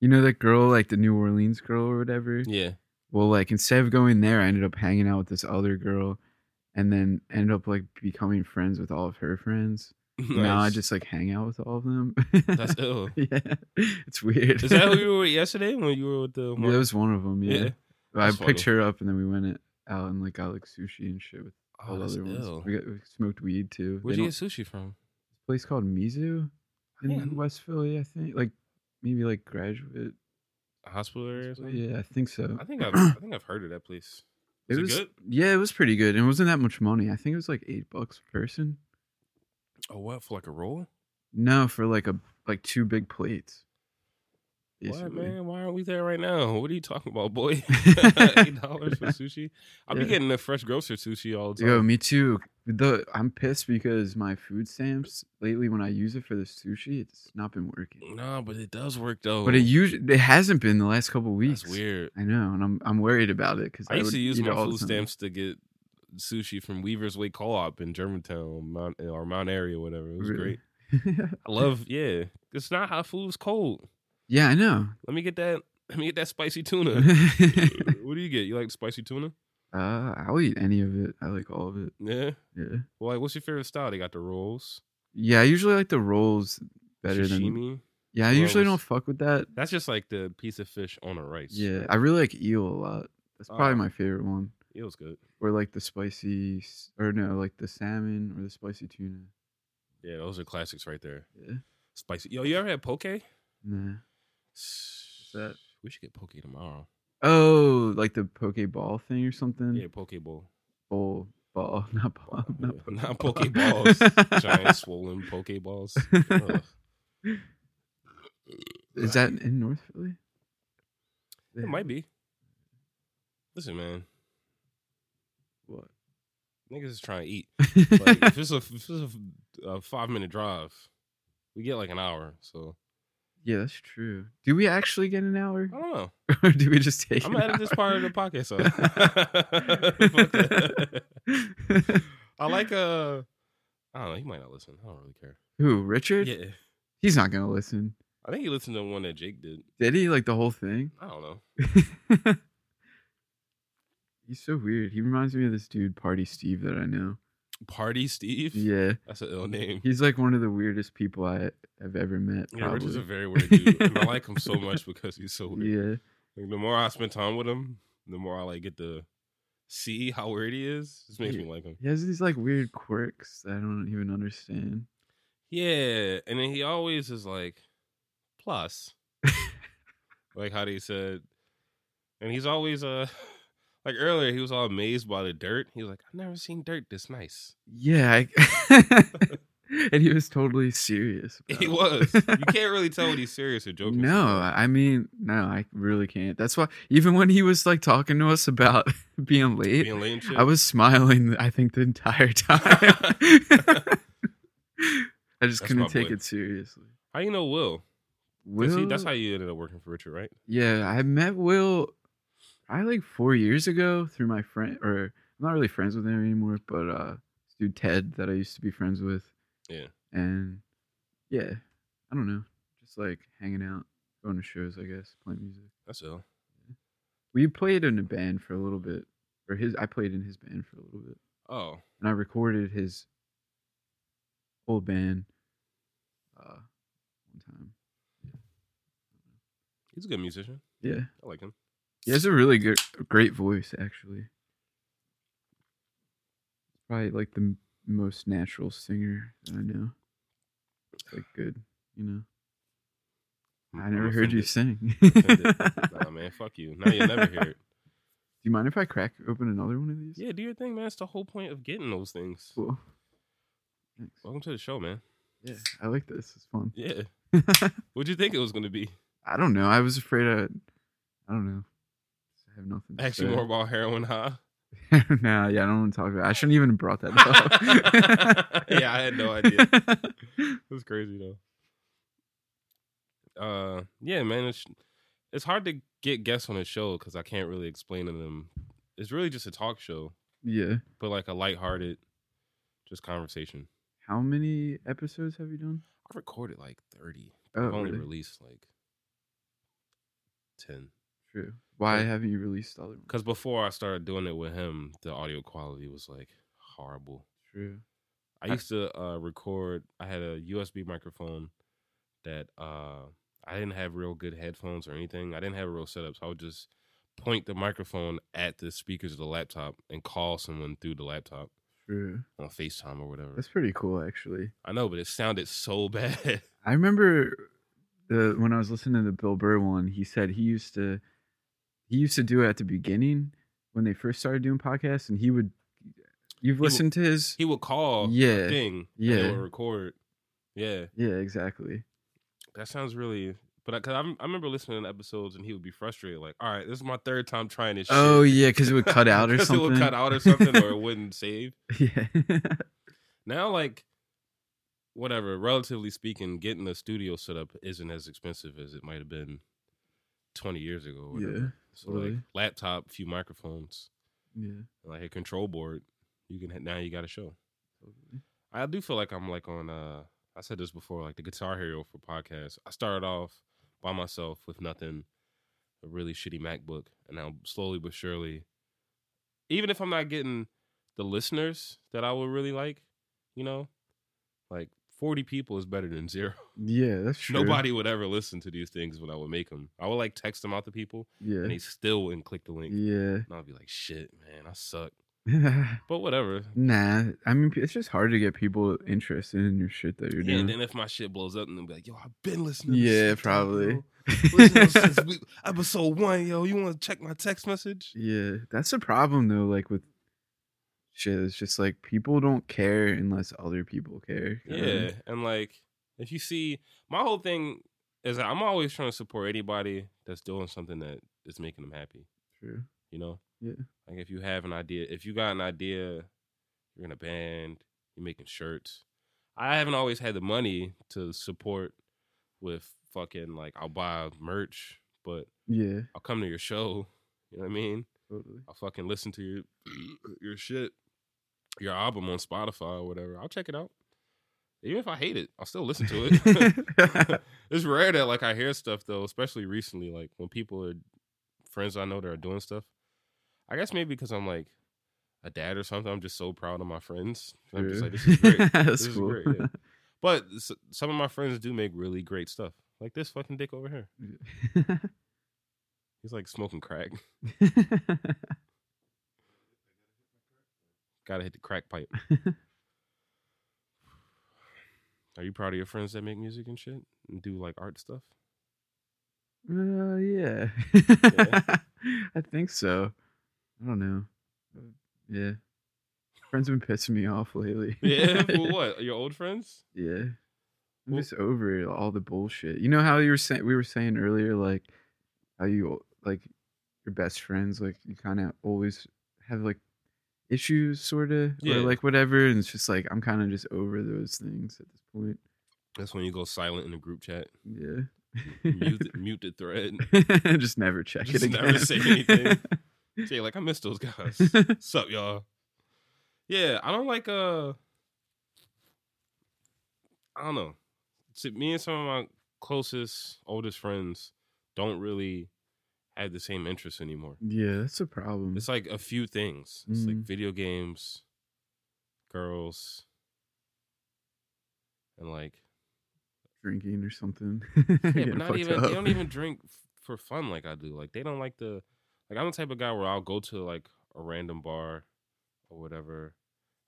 Speaker 4: you know that girl, like the New Orleans girl or whatever.
Speaker 3: Yeah.
Speaker 4: Well, like instead of going there, I ended up hanging out with this other girl, and then ended up like becoming friends with all of her friends. Now I
Speaker 3: Nice.
Speaker 4: just like hang out with all of them.
Speaker 3: That's ill.
Speaker 4: yeah, it's weird.
Speaker 3: Is that who you were with yesterday when you were with the
Speaker 4: Yeah, that was one of them. Yeah,
Speaker 3: Yeah,
Speaker 4: But I
Speaker 3: that's funny.
Speaker 4: picked her up, and then we went out and like got like sushi and shit with all the
Speaker 3: Oh, that's
Speaker 4: other
Speaker 3: ill.
Speaker 4: ones. We, got, we smoked weed too.
Speaker 3: Where'd
Speaker 4: They
Speaker 3: you
Speaker 4: don't-
Speaker 3: get sushi from?
Speaker 4: place called Mizu in
Speaker 3: Yeah.
Speaker 4: West Philly, I think. Like maybe like graduate.
Speaker 3: A hospital area or something?
Speaker 4: Yeah, I think so.
Speaker 3: I think I've I think I've heard of that place. Is it
Speaker 4: was
Speaker 3: good?
Speaker 4: yeah, it was pretty good, and it wasn't that much money. I think it was like eight bucks a person.
Speaker 3: Oh what for like a roll?
Speaker 4: No, for like a like two big plates.
Speaker 3: What
Speaker 4: basically.
Speaker 3: man? Why aren't we there right now? What are you talking about, boy? Eight dollars for sushi? I'll be
Speaker 4: Yeah.
Speaker 3: getting the fresh grocer sushi all the
Speaker 4: Yo,
Speaker 3: time.
Speaker 4: me too. The I'm pissed because my food stamps lately, when I use it for the sushi, it's not been working.
Speaker 3: no, but it does work though.
Speaker 4: But it usually it hasn't been the last couple weeks.
Speaker 3: That's weird.
Speaker 4: I know, and I'm I'm worried about it because
Speaker 3: I used to use my food
Speaker 4: stamps.
Speaker 3: stamps to get sushi from Weaver's Way Co-op in Germantown, Mount or Mount Area, whatever. It was
Speaker 4: Really?
Speaker 3: great. I love, yeah. It's not how food's cold.
Speaker 4: yeah, I know.
Speaker 3: Let me get that. Let me get that spicy tuna.
Speaker 4: uh,
Speaker 3: what do you get? You like spicy tuna?
Speaker 4: I'll eat any of it. I like all of it.
Speaker 3: Yeah.
Speaker 4: Yeah.
Speaker 3: Well, like, what's your favorite style? They got the rolls,
Speaker 4: Yeah, I usually like the rolls better than.
Speaker 3: sashimi.
Speaker 4: Yeah, I usually
Speaker 3: rolls.
Speaker 4: don't fuck with that.
Speaker 3: That's just like the piece of fish on a rice.
Speaker 4: Yeah, I really like eel a lot. That's probably
Speaker 3: Oh.
Speaker 4: my favorite one.
Speaker 3: it was good.
Speaker 4: Or like the spicy, s- or no, like the salmon or the spicy tuna.
Speaker 3: Yeah, those are classics right there.
Speaker 4: Yeah.
Speaker 3: Spicy. Yo, you ever had poke?
Speaker 4: Nah. that?
Speaker 3: We should get poke tomorrow.
Speaker 4: Oh, like the poke ball thing or something.
Speaker 3: Yeah, poke bowl.
Speaker 4: Bowl, ball, not ball, Mm. not,
Speaker 3: Yeah,
Speaker 4: poke
Speaker 3: Not
Speaker 4: ball.
Speaker 3: poke balls. Giant swollen poke balls. Ugh.
Speaker 4: Is that in North Philly?
Speaker 3: It might be. Listen, man.
Speaker 4: What?
Speaker 3: Niggas is trying to eat. Like, if it's a, if it's a, a five minute drive, we get like an hour. So
Speaker 4: yeah, that's true. Do we actually get an hour,
Speaker 3: I don't know.
Speaker 4: or do we just take?
Speaker 3: Oh. I'm
Speaker 4: an
Speaker 3: gonna edit this
Speaker 4: hour?
Speaker 3: part of the podcast. out. Fuck that. I like uh, I don't know. He might not listen. I don't really care.
Speaker 4: Who? Richard?
Speaker 3: Yeah,
Speaker 4: He's not gonna listen.
Speaker 3: I think he listened to one that Jake did.
Speaker 4: Did he like the whole thing?
Speaker 3: I don't know.
Speaker 4: He's so weird. He reminds me of this dude, Party Steve, that I know.
Speaker 3: Party Steve.
Speaker 4: Yeah,
Speaker 3: that's an ill name.
Speaker 4: he's like one of the weirdest people I have ever met.
Speaker 3: Yeah, Rich is a
Speaker 4: Probably.
Speaker 3: very weird dude, and I like him so much because he's so weird.
Speaker 4: Yeah,
Speaker 3: Like, the more I spend time with him, the more I like get to see how weird he is. This makes me like him.
Speaker 4: he has these like weird quirks that I don't even understand.
Speaker 3: Yeah, and then he always is like, plus, like how he said, and he's always uh, like earlier he was all amazed by the dirt. He was like, I've never seen dirt this nice.
Speaker 4: Yeah, I... and he was totally serious. about
Speaker 3: He
Speaker 4: it.
Speaker 3: was. you can't really tell when he's serious or joking.
Speaker 4: No, I I mean, no, I really can't. That's why even when he was like talking to us about being late,
Speaker 3: being late and shit.
Speaker 4: I was smiling. I think the entire time. I just
Speaker 3: That's
Speaker 4: couldn't
Speaker 3: my
Speaker 4: take
Speaker 3: boy.
Speaker 4: it seriously.
Speaker 3: How you know Will? 'Cause
Speaker 4: Will,
Speaker 3: he- that's how you ended up working for Richard, right?
Speaker 4: yeah, I met Will. I like four years ago through my friend, or I'm not really friends with him anymore, but uh, this dude Ted that I used to be friends with.
Speaker 3: Yeah.
Speaker 4: And yeah, I don't know, just like hanging out, going to shows, I guess, playing music.
Speaker 3: That's ill.
Speaker 4: We played in a band for a little bit, or his. I played in his band for a little bit,
Speaker 3: Oh,
Speaker 4: and I recorded his whole band uh, one time.
Speaker 3: he's a good musician.
Speaker 4: Yeah,
Speaker 3: I like him.
Speaker 4: he has a really good, great voice, actually. Probably like the m- most natural singer that I know. It's like good, you know. I
Speaker 3: Mm, I'm
Speaker 4: never heard you
Speaker 3: offended.
Speaker 4: sing.
Speaker 3: offended. nah, man, fuck you. Now you'll never hear it.
Speaker 4: Do you mind if I crack open another one of these?
Speaker 3: Yeah, do your thing, man. That's the whole point of getting those things.
Speaker 4: Cool. Thanks.
Speaker 3: Welcome to the show, man.
Speaker 4: Yeah, I like this. It's fun.
Speaker 3: Yeah. What'd you think it was going to be?
Speaker 4: I don't know. I was afraid I, I don't know. I have nothing. To
Speaker 3: Ask you
Speaker 4: say.
Speaker 3: more about heroin, huh?
Speaker 4: no, yeah, I don't want to talk about. It. I shouldn't even have brought that up.
Speaker 3: Yeah, I had no idea. It was crazy, though. Uh, yeah, man. It's, it's hard to get guests on a show because I can't really explain to them. It's really just a talk show,
Speaker 4: yeah.
Speaker 3: but like a lighthearted, just conversation.
Speaker 4: How many episodes have you done?
Speaker 3: I recorded like 30.
Speaker 4: Oh,
Speaker 3: I've only
Speaker 4: really?
Speaker 3: released like 10.
Speaker 4: True. Why
Speaker 3: Yeah.
Speaker 4: haven't you released other ones?
Speaker 3: Because before I started doing it with him, the audio quality was like horrible.
Speaker 4: True.
Speaker 3: I used to uh, record. I had a USB microphone that uh, I didn't have real good headphones or anything. I didn't have a real setup, so I would just point the microphone at the speakers of the laptop and call someone through the laptop
Speaker 4: True.
Speaker 3: on FaceTime or whatever.
Speaker 4: That's pretty cool, actually.
Speaker 3: I know, but it sounded so bad.
Speaker 4: I remember the when I was listening to the Bill Burr one, he said he used to he used to do it at the beginning when they first started doing podcasts, and he would. You've
Speaker 3: would-
Speaker 4: listened to his.
Speaker 3: he oh, would call
Speaker 4: Yeah,
Speaker 3: the thing, and
Speaker 4: yeah.
Speaker 3: it would record. Yeah,
Speaker 4: yeah, exactly.
Speaker 3: that sounds really. But I, cause I, I remember listening to episodes and he would be frustrated, like, "All right, this is my third time trying this." shit."
Speaker 4: Oh yeah, because it would cut out or
Speaker 3: 'Cause
Speaker 4: something.
Speaker 3: It would cut out or something, or it wouldn't save.
Speaker 4: yeah.
Speaker 3: Now, like, whatever. Relatively speaking, getting a studio set up isn't as expensive as it might have been twenty years ago. Or whatever.
Speaker 4: yeah.
Speaker 3: So like,
Speaker 4: totally.
Speaker 3: laptop, few microphones,
Speaker 4: Yeah.
Speaker 3: and, like a control board. You can now you got a show.
Speaker 4: Totally.
Speaker 3: I do feel like I'm like on. uh I said this before, like the Guitar Hero for podcast. I started off by myself with nothing, a really shitty MacBook, and now slowly but surely, even if I'm not getting the listeners that I would really like, you know, like 40 people is better than zero.
Speaker 4: Yeah, that's true.
Speaker 3: Nobody would ever listen to these things when I would make them. I would like text them out to people, and
Speaker 4: Yeah.
Speaker 3: they still wouldn't click the link.
Speaker 4: Yeah.
Speaker 3: And I'd be like, shit, man, I suck. But whatever.
Speaker 4: nah, I mean it's just hard to get people interested in your shit that you're
Speaker 3: Yeah, and then
Speaker 4: doing.
Speaker 3: if my shit blows up, and they'll be like, "Yo, I've been listening." to this
Speaker 4: Yeah,
Speaker 3: shit,
Speaker 4: probably.
Speaker 3: Yo. Listen, since we, episode one, yo, you want to check my text message?
Speaker 4: yeah, that's the problem though. Like with shit, it's just like people don't care unless other people care. you know?
Speaker 3: Yeah, and like if you see, my whole thing is that I'm always trying to support anybody that's doing something that is making them happy.
Speaker 4: True.
Speaker 3: You know,
Speaker 4: Yeah.
Speaker 3: Like if you have an idea, if you got an idea, you're in a band, you're making shirts. I haven't always had the money to support with fucking like I'll buy merch, but
Speaker 4: Yeah,
Speaker 3: I'll come to your show. You know what I mean?
Speaker 4: totally.
Speaker 3: I'll fucking listen to your your shit, your album on Spotify or whatever. I'll check it out. Even if I hate it, I'll still listen to it. it's rare that like I hear stuff though, especially recently. Like when people are friends I know that are doing stuff. I guess maybe because I'm like a dad or something. I'm just so proud of my friends. I'm just like this is great.
Speaker 4: That's
Speaker 3: this
Speaker 4: cool.
Speaker 3: is great. yeah. But s- some of my friends do make really great stuff, like this fucking dick over here. He's like smoking crack. Gotta hit the crack pipe. Are you proud of your friends that make music and shit and do like art stuff?
Speaker 4: Uh, yeah. I think so. I don't know. Uh, Yeah. Friends been pissing me off lately.
Speaker 3: Yeah. well, what? Your old friends?
Speaker 4: yeah. I'm
Speaker 3: Well-
Speaker 4: just over all the bullshit. You know how you were saying we were saying earlier, like how you like your best friends, like you kind of always have like issues, sort of,
Speaker 3: Yeah.
Speaker 4: or like whatever. And it's just like I'm kind of just over those things at this point.
Speaker 3: That's when you go silent in the group chat, mute,
Speaker 4: Yeah.
Speaker 3: the- mute the thread.
Speaker 4: just never check
Speaker 3: Just
Speaker 4: it again.
Speaker 3: never say anything. Say like I miss those guys. Sup, y'all? Yeah, I don't like uh I don't know. See, me and some of my closest, oldest friends don't really have the same interests anymore.
Speaker 4: yeah, that's a problem.
Speaker 3: It's like a few things. It's like
Speaker 4: Mm.
Speaker 3: video games, girls, and like
Speaker 4: drinking or something.
Speaker 3: yeah,
Speaker 4: Getting
Speaker 3: but not
Speaker 4: fucked
Speaker 3: even they
Speaker 4: up.
Speaker 3: don't even drink f- for fun like I do. Like they don't like the like I'm the type of guy where I'll go to like a random bar or whatever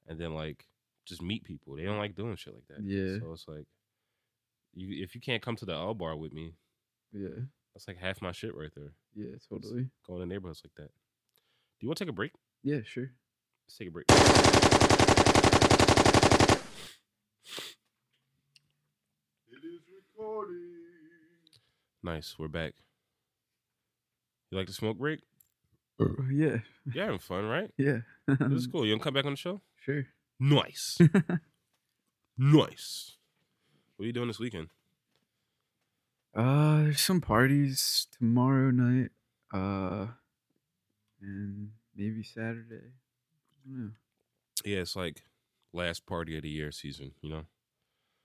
Speaker 3: and then like just meet people. They don't like doing shit like that.
Speaker 4: Yeah.
Speaker 3: So it's like you if you can't come to the L bar with me,
Speaker 4: Yeah,
Speaker 3: that's like half my shit right there.
Speaker 4: yeah, totally.
Speaker 3: Going to neighborhoods like that. Do you want to take a break?
Speaker 4: Yeah, sure.
Speaker 3: Let's take a break.
Speaker 5: It is recording.
Speaker 3: Nice. We're back. You like the smoke break?
Speaker 4: Oh, yeah,
Speaker 3: You're having fun, right?
Speaker 4: yeah.
Speaker 3: This is cool. You want to come back on the show?
Speaker 4: Sure.
Speaker 3: Mm-hmm. Nice. nice. What are you doing this weekend?
Speaker 4: Uh, there's some parties tomorrow night. Uh, and maybe Saturday. I don't know.
Speaker 3: Yeah, it's like last party of the year season, you know?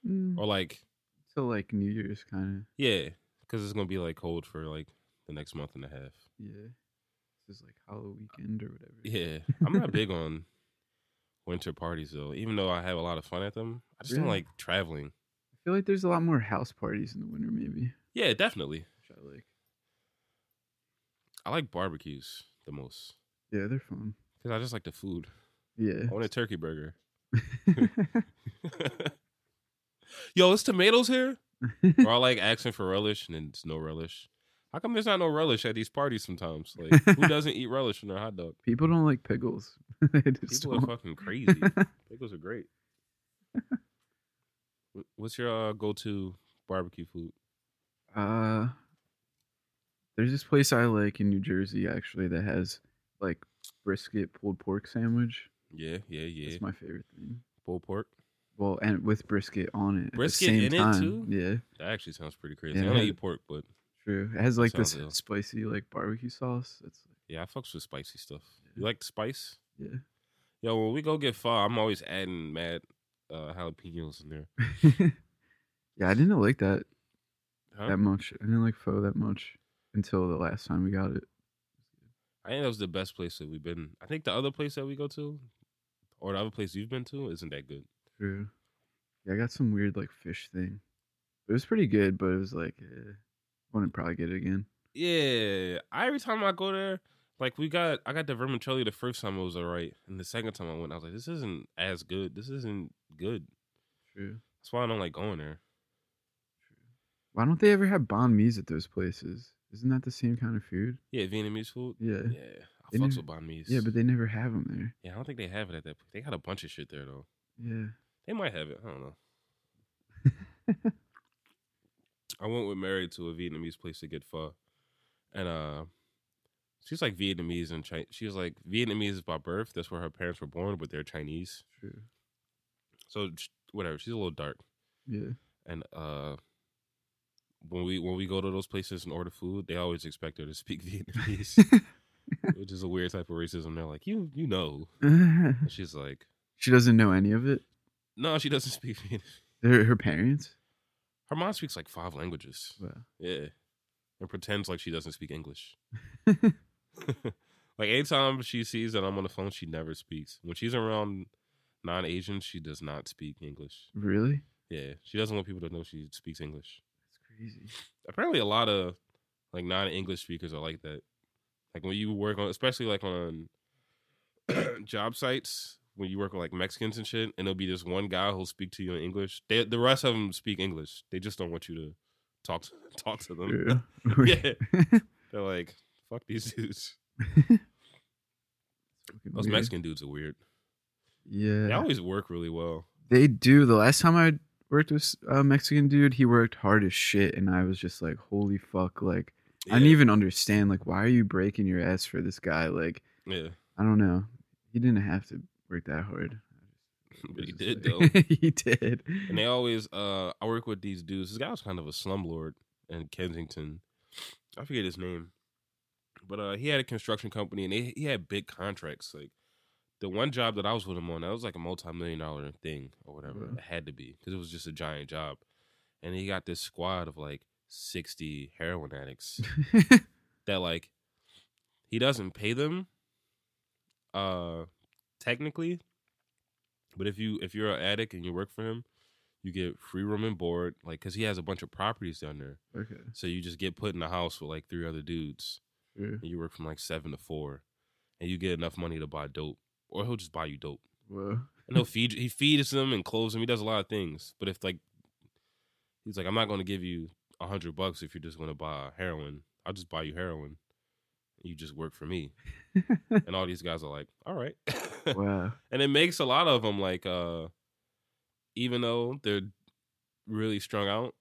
Speaker 4: Mm,
Speaker 3: Or like,
Speaker 4: till like New Year's, kind
Speaker 3: yeah, because it's going to be like cold for like the next month and a half.
Speaker 4: of. Yeah. This is like Halloween weekend or whatever.
Speaker 3: Yeah. I'm not big on winter parties though, even though I have a lot of fun at them. I just don't
Speaker 4: Really?
Speaker 3: like traveling.
Speaker 4: I feel like there's a lot more house parties in the winter, maybe.
Speaker 3: Yeah, definitely.
Speaker 4: Which I like.
Speaker 3: I like barbecues the most
Speaker 4: Yeah, they're fun.
Speaker 3: because I just like the food.
Speaker 4: Yeah.
Speaker 3: I want a turkey burger. Yo, it's tomatoes here? Or I like asking for relish and then it's no relish. How come there's not no relish at these parties sometimes? Like, who doesn't eat relish in their hot dog?
Speaker 4: People don't like pickles. They just
Speaker 3: People are
Speaker 4: don't.
Speaker 3: fucking crazy. Pickles are great. Wh- What's your uh, go-to barbecue food?
Speaker 4: Uh, there's this place I like in New Jersey actually that has like brisket pulled pork sandwich.
Speaker 3: Yeah, yeah, yeah.
Speaker 4: That's my favorite thing.
Speaker 3: Pulled pork.
Speaker 4: Well, and with brisket on it. at the
Speaker 3: Brisket
Speaker 4: same
Speaker 3: in it,
Speaker 4: time.
Speaker 3: too?
Speaker 4: Yeah,
Speaker 3: That actually sounds pretty crazy.
Speaker 4: Yeah.
Speaker 3: I don't eat pork, but
Speaker 4: true. It has like
Speaker 3: Sounds
Speaker 4: this
Speaker 3: ill.
Speaker 4: spicy like barbecue sauce. That's
Speaker 3: yeah, I fucks with spicy stuff. You like the spice?
Speaker 4: Yeah.
Speaker 3: Yo, when we go get pho, I'm always adding mad uh, jalapenos in there.
Speaker 4: yeah, I didn't like that
Speaker 3: Huh?
Speaker 4: that much. I didn't like pho that much until the last time we got it.
Speaker 3: I think that was the best place that we've been. I think the other place that we go to, or the other place you've been to, isn't that good.
Speaker 4: True. Yeah, I got some weird like fish thing. It was pretty good, but it was like, eh, wouldn't probably get it again.
Speaker 3: Yeah, I, every time I go there, like we got, I got the vermicelli the first time it was alright, and the second time I went, I was like, this isn't as good. This isn't good.
Speaker 4: True.
Speaker 3: That's why I don't like going there.
Speaker 4: Why don't they ever have banh mi's at those places? Isn't that the same kind of food?
Speaker 3: Yeah, Vietnamese food.
Speaker 4: Yeah.
Speaker 3: Yeah,
Speaker 4: Yeah,
Speaker 3: I
Speaker 4: They
Speaker 3: fucks
Speaker 4: never-
Speaker 3: with banh mi's.
Speaker 4: but they never have them there.
Speaker 3: yeah, I don't think they have it at that place. They got a bunch of shit there though.
Speaker 4: Yeah.
Speaker 3: They might have it. I don't know. I went with Mary to a Vietnamese place to get pho, and uh, She's like Vietnamese and Chi- she's like Vietnamese by birth. That's where her parents were born, but they're Chinese.
Speaker 4: True.
Speaker 3: So sh- whatever. She's a little dark.
Speaker 4: Yeah.
Speaker 3: And uh, when we when we go to those places and order food, they always expect her to speak Vietnamese, which is a weird type of racism. They're like, you you know, and she's like,
Speaker 4: she doesn't know any of it.
Speaker 3: no, she doesn't speak Vietnamese.
Speaker 4: Her, her parents.
Speaker 3: Her mom speaks like five languages.
Speaker 4: Wow.
Speaker 3: Yeah. And pretends like she doesn't speak English. like anytime she sees that I'm on the phone, she never speaks. When she's around non Asians, she does not speak English.
Speaker 4: Really?
Speaker 3: Yeah. She doesn't want people to know she speaks English.
Speaker 4: That's crazy.
Speaker 3: Apparently a lot of like non English speakers are like that. Like when you work on especially like on job sites, when you work with like Mexicans and shit, and there'll be this one guy who'll speak to you in English. They, the rest of them speak English. They just don't want you to talk to talk to them.
Speaker 4: True.
Speaker 3: Yeah. They're like, fuck these dudes. Those
Speaker 4: Weird.
Speaker 3: Mexican dudes are weird.
Speaker 4: Yeah.
Speaker 3: They always work really well.
Speaker 4: They do. The last time I worked with a Mexican dude, he worked hard as shit, and I was just like, "Holy fuck!" Like, I
Speaker 3: Yeah,
Speaker 4: didn't even understand. Like, why are you breaking your ass for this guy? Like,
Speaker 3: Yeah.
Speaker 4: I don't know. He didn't have to work that hard.
Speaker 3: But he
Speaker 4: It's
Speaker 3: did
Speaker 4: just
Speaker 3: though.
Speaker 4: like- he did.
Speaker 3: and they always uh I work with these dudes. This guy was kind of a slumlord in Kensington. I forget his name. But uh he had a construction company and they, he had big contracts. Like the one job that I was with him on, that was like a multi million dollar thing or whatever.
Speaker 4: Yeah.
Speaker 3: It had to be because it was just a giant job. And he got this squad of like 60 heroin addicts. that like he doesn't pay them uh technically but if you if you're an addict and you work for him you get free room and board like because he has a bunch of properties down there
Speaker 4: okay.
Speaker 3: so you just get put in a house with like three other dudes
Speaker 4: Sure.
Speaker 3: and you work from like seven to four and you get enough money to buy dope or he'll just buy you dope
Speaker 4: Whoa.
Speaker 3: and he'll feed he feeds them and clothes them he does a lot of things but if like he's like i'm not going to give you a hundred bucks if you're just going to buy heroin i'll just buy you heroin you just work for me and all these guys are like all right
Speaker 4: Wow.
Speaker 3: and it makes a lot of them like uh even though they're really strung out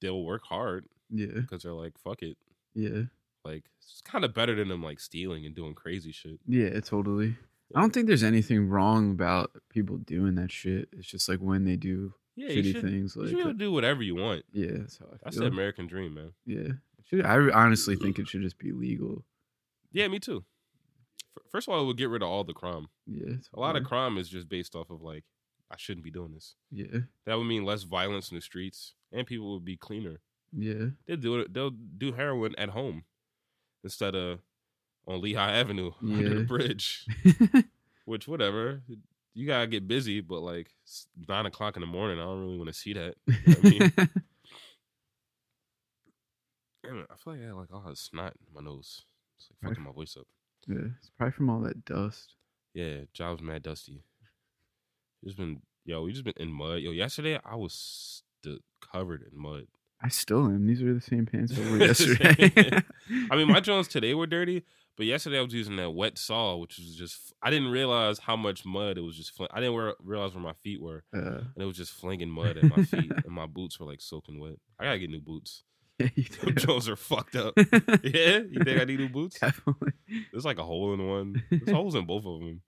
Speaker 3: they'll work hard
Speaker 4: Yeah.
Speaker 3: because they're like fuck it
Speaker 4: Yeah.
Speaker 3: like it's kind of better than them like stealing and doing crazy shit
Speaker 4: Yeah. Totally. I don't think there's anything wrong about people doing that shit. It's just like when they do
Speaker 3: yeah you
Speaker 4: shitty
Speaker 3: should,
Speaker 4: things,
Speaker 3: you
Speaker 4: like
Speaker 3: should be able to do whatever you want
Speaker 4: yeah, that's how I feel.
Speaker 3: that's the american dream man
Speaker 4: Yeah. It Should, I honestly think it should just be legal.
Speaker 3: Yeah, me too. F- First of all, it would get rid of all the crime.
Speaker 4: Yeah. it's
Speaker 3: A lot of
Speaker 4: hard.
Speaker 3: crime is just based off of like, I shouldn't be doing this.
Speaker 4: Yeah.
Speaker 3: That would mean less violence in the streets, and people would be cleaner.
Speaker 4: Yeah.
Speaker 3: They will do it. They'll do heroin at home instead of on Lehigh Avenue under the
Speaker 4: Yeah.
Speaker 3: bridge. Which, whatever, you gotta get busy. But like it's nine o'clock in the morning, I don't really want to see that. You know what I mean, Damn it, I feel like I had like all the snot in my nose. It's like fucking my voice up.
Speaker 4: yeah. It's probably from all that dust.
Speaker 3: Yeah, job's mad dusty. Just been yo, we just been in mud. Yo, yesterday I was st- covered in mud.
Speaker 4: I still am. These were the same pants I wore yesterday.
Speaker 3: I mean, my joints today were dirty, but yesterday I was using that wet saw, which was just I didn't realize how much mud it was just. Fl- I didn't wear, realize where my feet were,
Speaker 4: uh,
Speaker 3: and it was just flinging mud at my feet, and my boots were like soaking wet. I gotta get new boots.
Speaker 4: yeah, you
Speaker 3: Them
Speaker 4: do.
Speaker 3: joints are fucked up. Yeah, you think I need new boots?
Speaker 4: Definitely.
Speaker 3: There's like a hole in one. There's holes in both of them.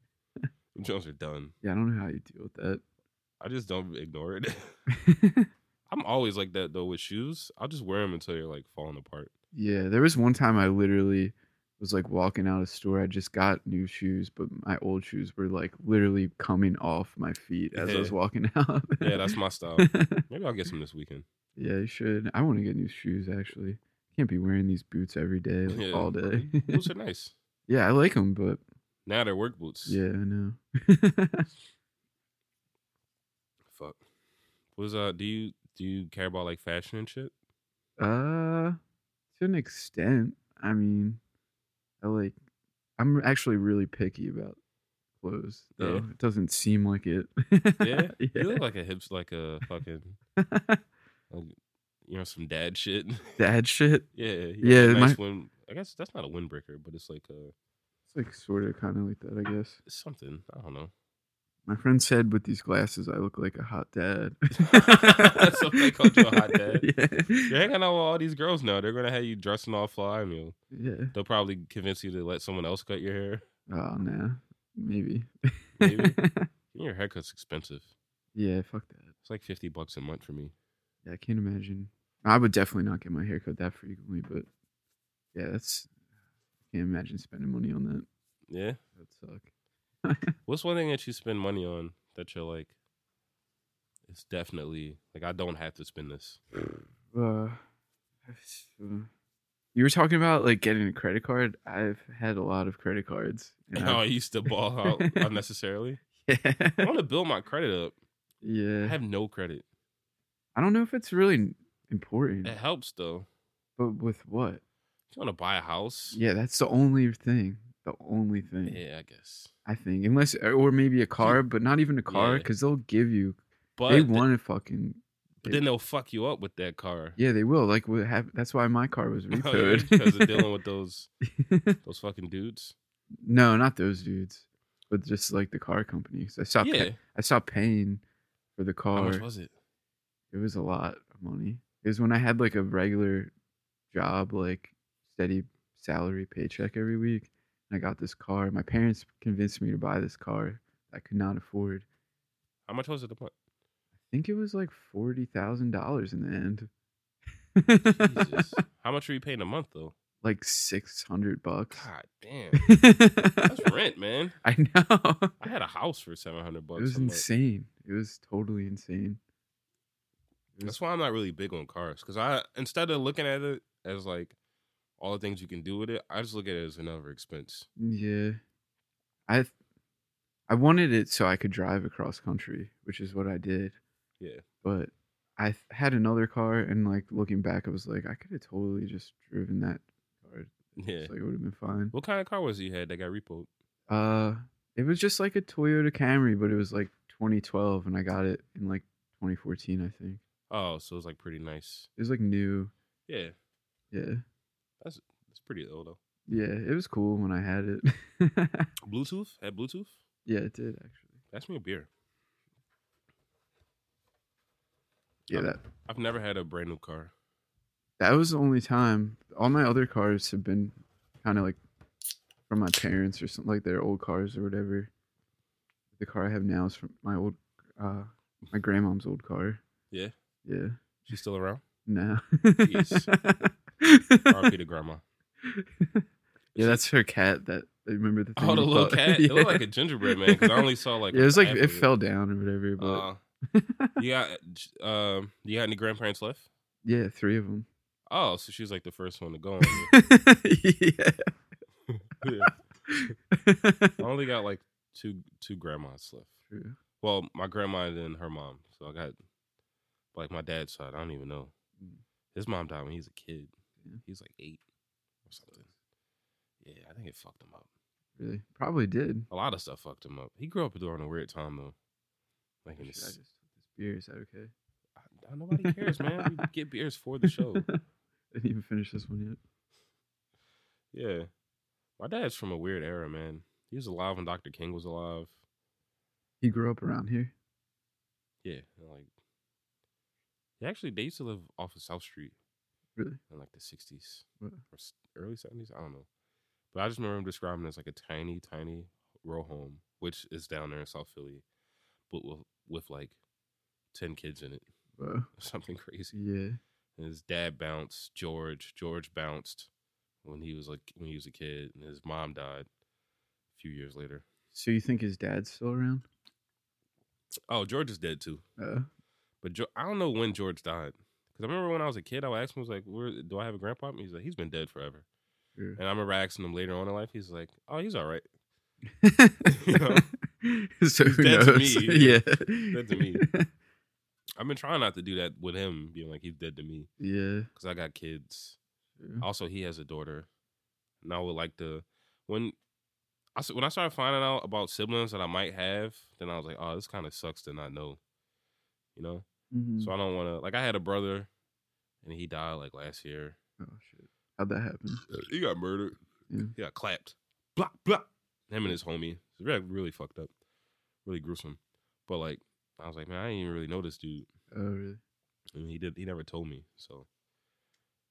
Speaker 3: Them joints are done.
Speaker 4: Yeah, I don't know how you deal with that.
Speaker 3: I just don't ignore it. I'm always like that though with shoes. I'll just wear them until they're like falling apart.
Speaker 4: Yeah, there was one time I literally was like walking out of store. I just got new shoes, but my old shoes were like literally coming off my feet as I was
Speaker 3: Yeah.
Speaker 4: walking out.
Speaker 3: Yeah, that's my style. Maybe I'll get some this weekend.
Speaker 4: Yeah, you should. I want to get new shoes actually. Can't be wearing these boots every day, like,
Speaker 3: Yeah.
Speaker 4: all day.
Speaker 3: Boots are nice.
Speaker 4: yeah, I like them, but
Speaker 3: Now they're work boots.
Speaker 4: yeah, I know.
Speaker 3: Fuck. Was uh do you do you care about like fashion and shit?
Speaker 4: uh, to an extent, I mean, I like. I'm actually really picky about clothes, though.
Speaker 3: Yeah.
Speaker 4: It doesn't seem like it.
Speaker 3: Yeah? You
Speaker 4: yeah.
Speaker 3: look like a hips like a fucking like, you know, some dad shit.
Speaker 4: Dad shit.
Speaker 3: yeah. you
Speaker 4: Yeah,
Speaker 3: got a nice
Speaker 4: my-
Speaker 3: wind- I guess that's not a windbreaker, but it's like uh, a
Speaker 4: It's like sort of kind of like that, I guess.
Speaker 3: it's something. I don't know.
Speaker 4: My friend said with these glasses, I look like a hot dad.
Speaker 3: So they called you a hot dad? You're
Speaker 4: Yeah.
Speaker 3: hanging out with all these girls now. They're gonna have you dressing all fly. I mean,
Speaker 4: yeah.
Speaker 3: they'll probably convince you to let someone else cut your hair.
Speaker 4: Oh, nah. Maybe.
Speaker 3: Maybe. Your haircut's expensive.
Speaker 4: yeah, fuck that.
Speaker 3: It's like fifty bucks a month for me.
Speaker 4: Yeah, I can't imagine. I would definitely not get my hair cut that frequently, but yeah, that's. I can't imagine spending money on that.
Speaker 3: Yeah.
Speaker 4: That suck.
Speaker 3: What's one thing that you spend money on that you're like? It's definitely like I don't have to spend this.
Speaker 4: Uh, it's, uh, you were talking about like getting a credit card. I've had a lot of credit cards. and
Speaker 3: How I
Speaker 4: I've-
Speaker 3: Oh, used to ball out unnecessarily. I
Speaker 4: yeah.
Speaker 3: want to build my credit up. I
Speaker 4: yeah.
Speaker 3: have no credit.
Speaker 4: I don't know if it's really important,
Speaker 3: It helps though.
Speaker 4: but with what?
Speaker 3: If you want to buy a house,
Speaker 4: Yeah, that's the only thing. The only thing
Speaker 3: yeah, I guess.
Speaker 4: I think, unless or maybe a car, but not even a car
Speaker 3: Yeah.
Speaker 4: because they'll give you.
Speaker 3: But
Speaker 4: they
Speaker 3: th-
Speaker 4: want to fucking.
Speaker 3: but then they'll fuck you up with that car.
Speaker 4: Yeah, they will. Like what hap- That's why my car
Speaker 3: Oh,
Speaker 4: was repoed.
Speaker 3: because of dealing with those those fucking dudes.
Speaker 4: no, not those dudes, but just like the car company. 'Cause I stopped. pa-
Speaker 3: yeah, Oh,
Speaker 4: I stopped paying for the
Speaker 3: how
Speaker 4: car.
Speaker 3: much was it?
Speaker 4: it was a lot of money. It was when I had like a regular job, like steady salary paycheck every week. And I got this car. My parents convinced me to buy this car I could not afford.
Speaker 3: How much was it a month?
Speaker 4: I think it was like forty thousand dollars in the end.
Speaker 3: Jesus. how much were you paying a month though?
Speaker 4: like six hundred bucks.
Speaker 3: God damn, that's rent, man.
Speaker 4: I know.
Speaker 3: I had a house for seven hundred bucks.
Speaker 4: It was
Speaker 3: I'm like,
Speaker 4: insane. It was totally insane. It was-
Speaker 3: That's why I'm not really big on cars because I instead of looking at it as like all the things you can do with it, I just look at it as another expense.
Speaker 4: Yeah, I th- I wanted it so I could drive across country, which is what I did.
Speaker 3: Yeah.
Speaker 4: but I th- had another car, and like looking back, I was like, I could have totally just driven that car.
Speaker 3: Yeah.
Speaker 4: It's like it would have been fine.
Speaker 3: What kind of car was it you had that got repoed?
Speaker 4: Uh, it was just like a Toyota Camry, but it was like 2012, and I got it in like 2014, I think.
Speaker 3: Oh, so it was like pretty nice.
Speaker 4: It was like new.
Speaker 3: Yeah,
Speaker 4: Yeah,
Speaker 3: it's pretty old though.
Speaker 4: yeah, it was cool when I had it.
Speaker 3: Bluetooth? Had Bluetooth?
Speaker 4: yeah, it did actually.
Speaker 3: That's me a beer.
Speaker 4: Yeah,
Speaker 3: Okay.
Speaker 4: that
Speaker 3: I've never had a brand new car.
Speaker 4: that was the only time. All my other cars have been kind of like from my parents or something, like their old cars or whatever. The car I have now is from my old, uh, my grandmom's old car.
Speaker 3: Yeah?
Speaker 4: Yeah.
Speaker 3: She's still around?
Speaker 4: No.
Speaker 3: Jeez. RP to grandma.
Speaker 4: yeah, that's her cat. That remember the thing
Speaker 3: Oh, the
Speaker 4: we
Speaker 3: little
Speaker 4: thought-
Speaker 3: cat.
Speaker 4: Yeah.
Speaker 3: It looked like a gingerbread man because I only saw like.
Speaker 4: yeah, it was like
Speaker 3: half
Speaker 4: it
Speaker 3: of
Speaker 4: fell down or whatever. But
Speaker 3: Uh, you got um, you got any grandparents left?
Speaker 4: yeah, three of them.
Speaker 3: Oh, so she was like the first one to go. On it.
Speaker 4: yeah.
Speaker 3: Yeah. I only got like two two grandmas left.
Speaker 4: True.
Speaker 3: Well, my grandma and then her mom. So I got like my dad's side. I don't even know.
Speaker 4: Mm.
Speaker 3: His mom died when he was a kid.
Speaker 4: Yeah.
Speaker 3: He was like eight or something. Yeah, I think it fucked him up.
Speaker 4: Really, probably did.
Speaker 3: A lot of stuff fucked him up. He grew up during a weird time though. Like in
Speaker 4: Should I just
Speaker 3: his,
Speaker 4: took this beer? Is that okay?
Speaker 3: I, nobody cares, man. We get beers for the show.
Speaker 4: Didn't even finish this one yet.
Speaker 3: Yeah. My dad's from a weird era, man. He was alive when Dr. King was alive.
Speaker 4: He grew up around here.
Speaker 3: Yeah. and, like he actually they used to live off of South Street
Speaker 4: Really?
Speaker 3: in like the sixties.
Speaker 4: Wow.
Speaker 3: Or s- early seventies. I don't know. But I just remember him describing it as like a tiny, tiny row home, which is down there in South Philly, but with with like ten kids in it.
Speaker 4: Wow.
Speaker 3: Something crazy.
Speaker 4: Yeah.
Speaker 3: And his dad bounced George. George bounced when he was like when he was a kid, and his mom died a few years later.
Speaker 4: So you think his dad's still around?
Speaker 3: Oh, George is dead too.
Speaker 4: Uh,
Speaker 3: But Geor I don't know when George died. Because I remember when I was a kid, I would ask him, I was like, Where, do I have a grandpa? And he's like, he's been dead forever.
Speaker 4: sure.
Speaker 3: And I remember asking him later on in life, he's like, oh, he's all right. know?
Speaker 4: so who
Speaker 3: Dead to
Speaker 4: knows?
Speaker 3: me.
Speaker 4: yeah.
Speaker 3: Dead to me. I've been trying not to do that with him, being like, he's dead to me.
Speaker 4: yeah.
Speaker 3: Because I got kids.
Speaker 4: true.
Speaker 3: Also, he has a daughter. And I would like to, when I, s- when I started finding out about siblings that I might have, then I was like, oh, this kind of sucks to not know. You know?
Speaker 4: Mhm.
Speaker 3: So I don't want to, like, I had a brother and he died like last year.
Speaker 4: Oh shit! How'd that happen?
Speaker 3: Uh, He got murdered.
Speaker 4: Yeah.
Speaker 3: He got clapped. Blah blah. Him and his homie. It's really, really fucked up. really gruesome. But like, I was like, man, I didn't even really know this dude.
Speaker 4: Oh, really?
Speaker 3: And he did. He never told me. So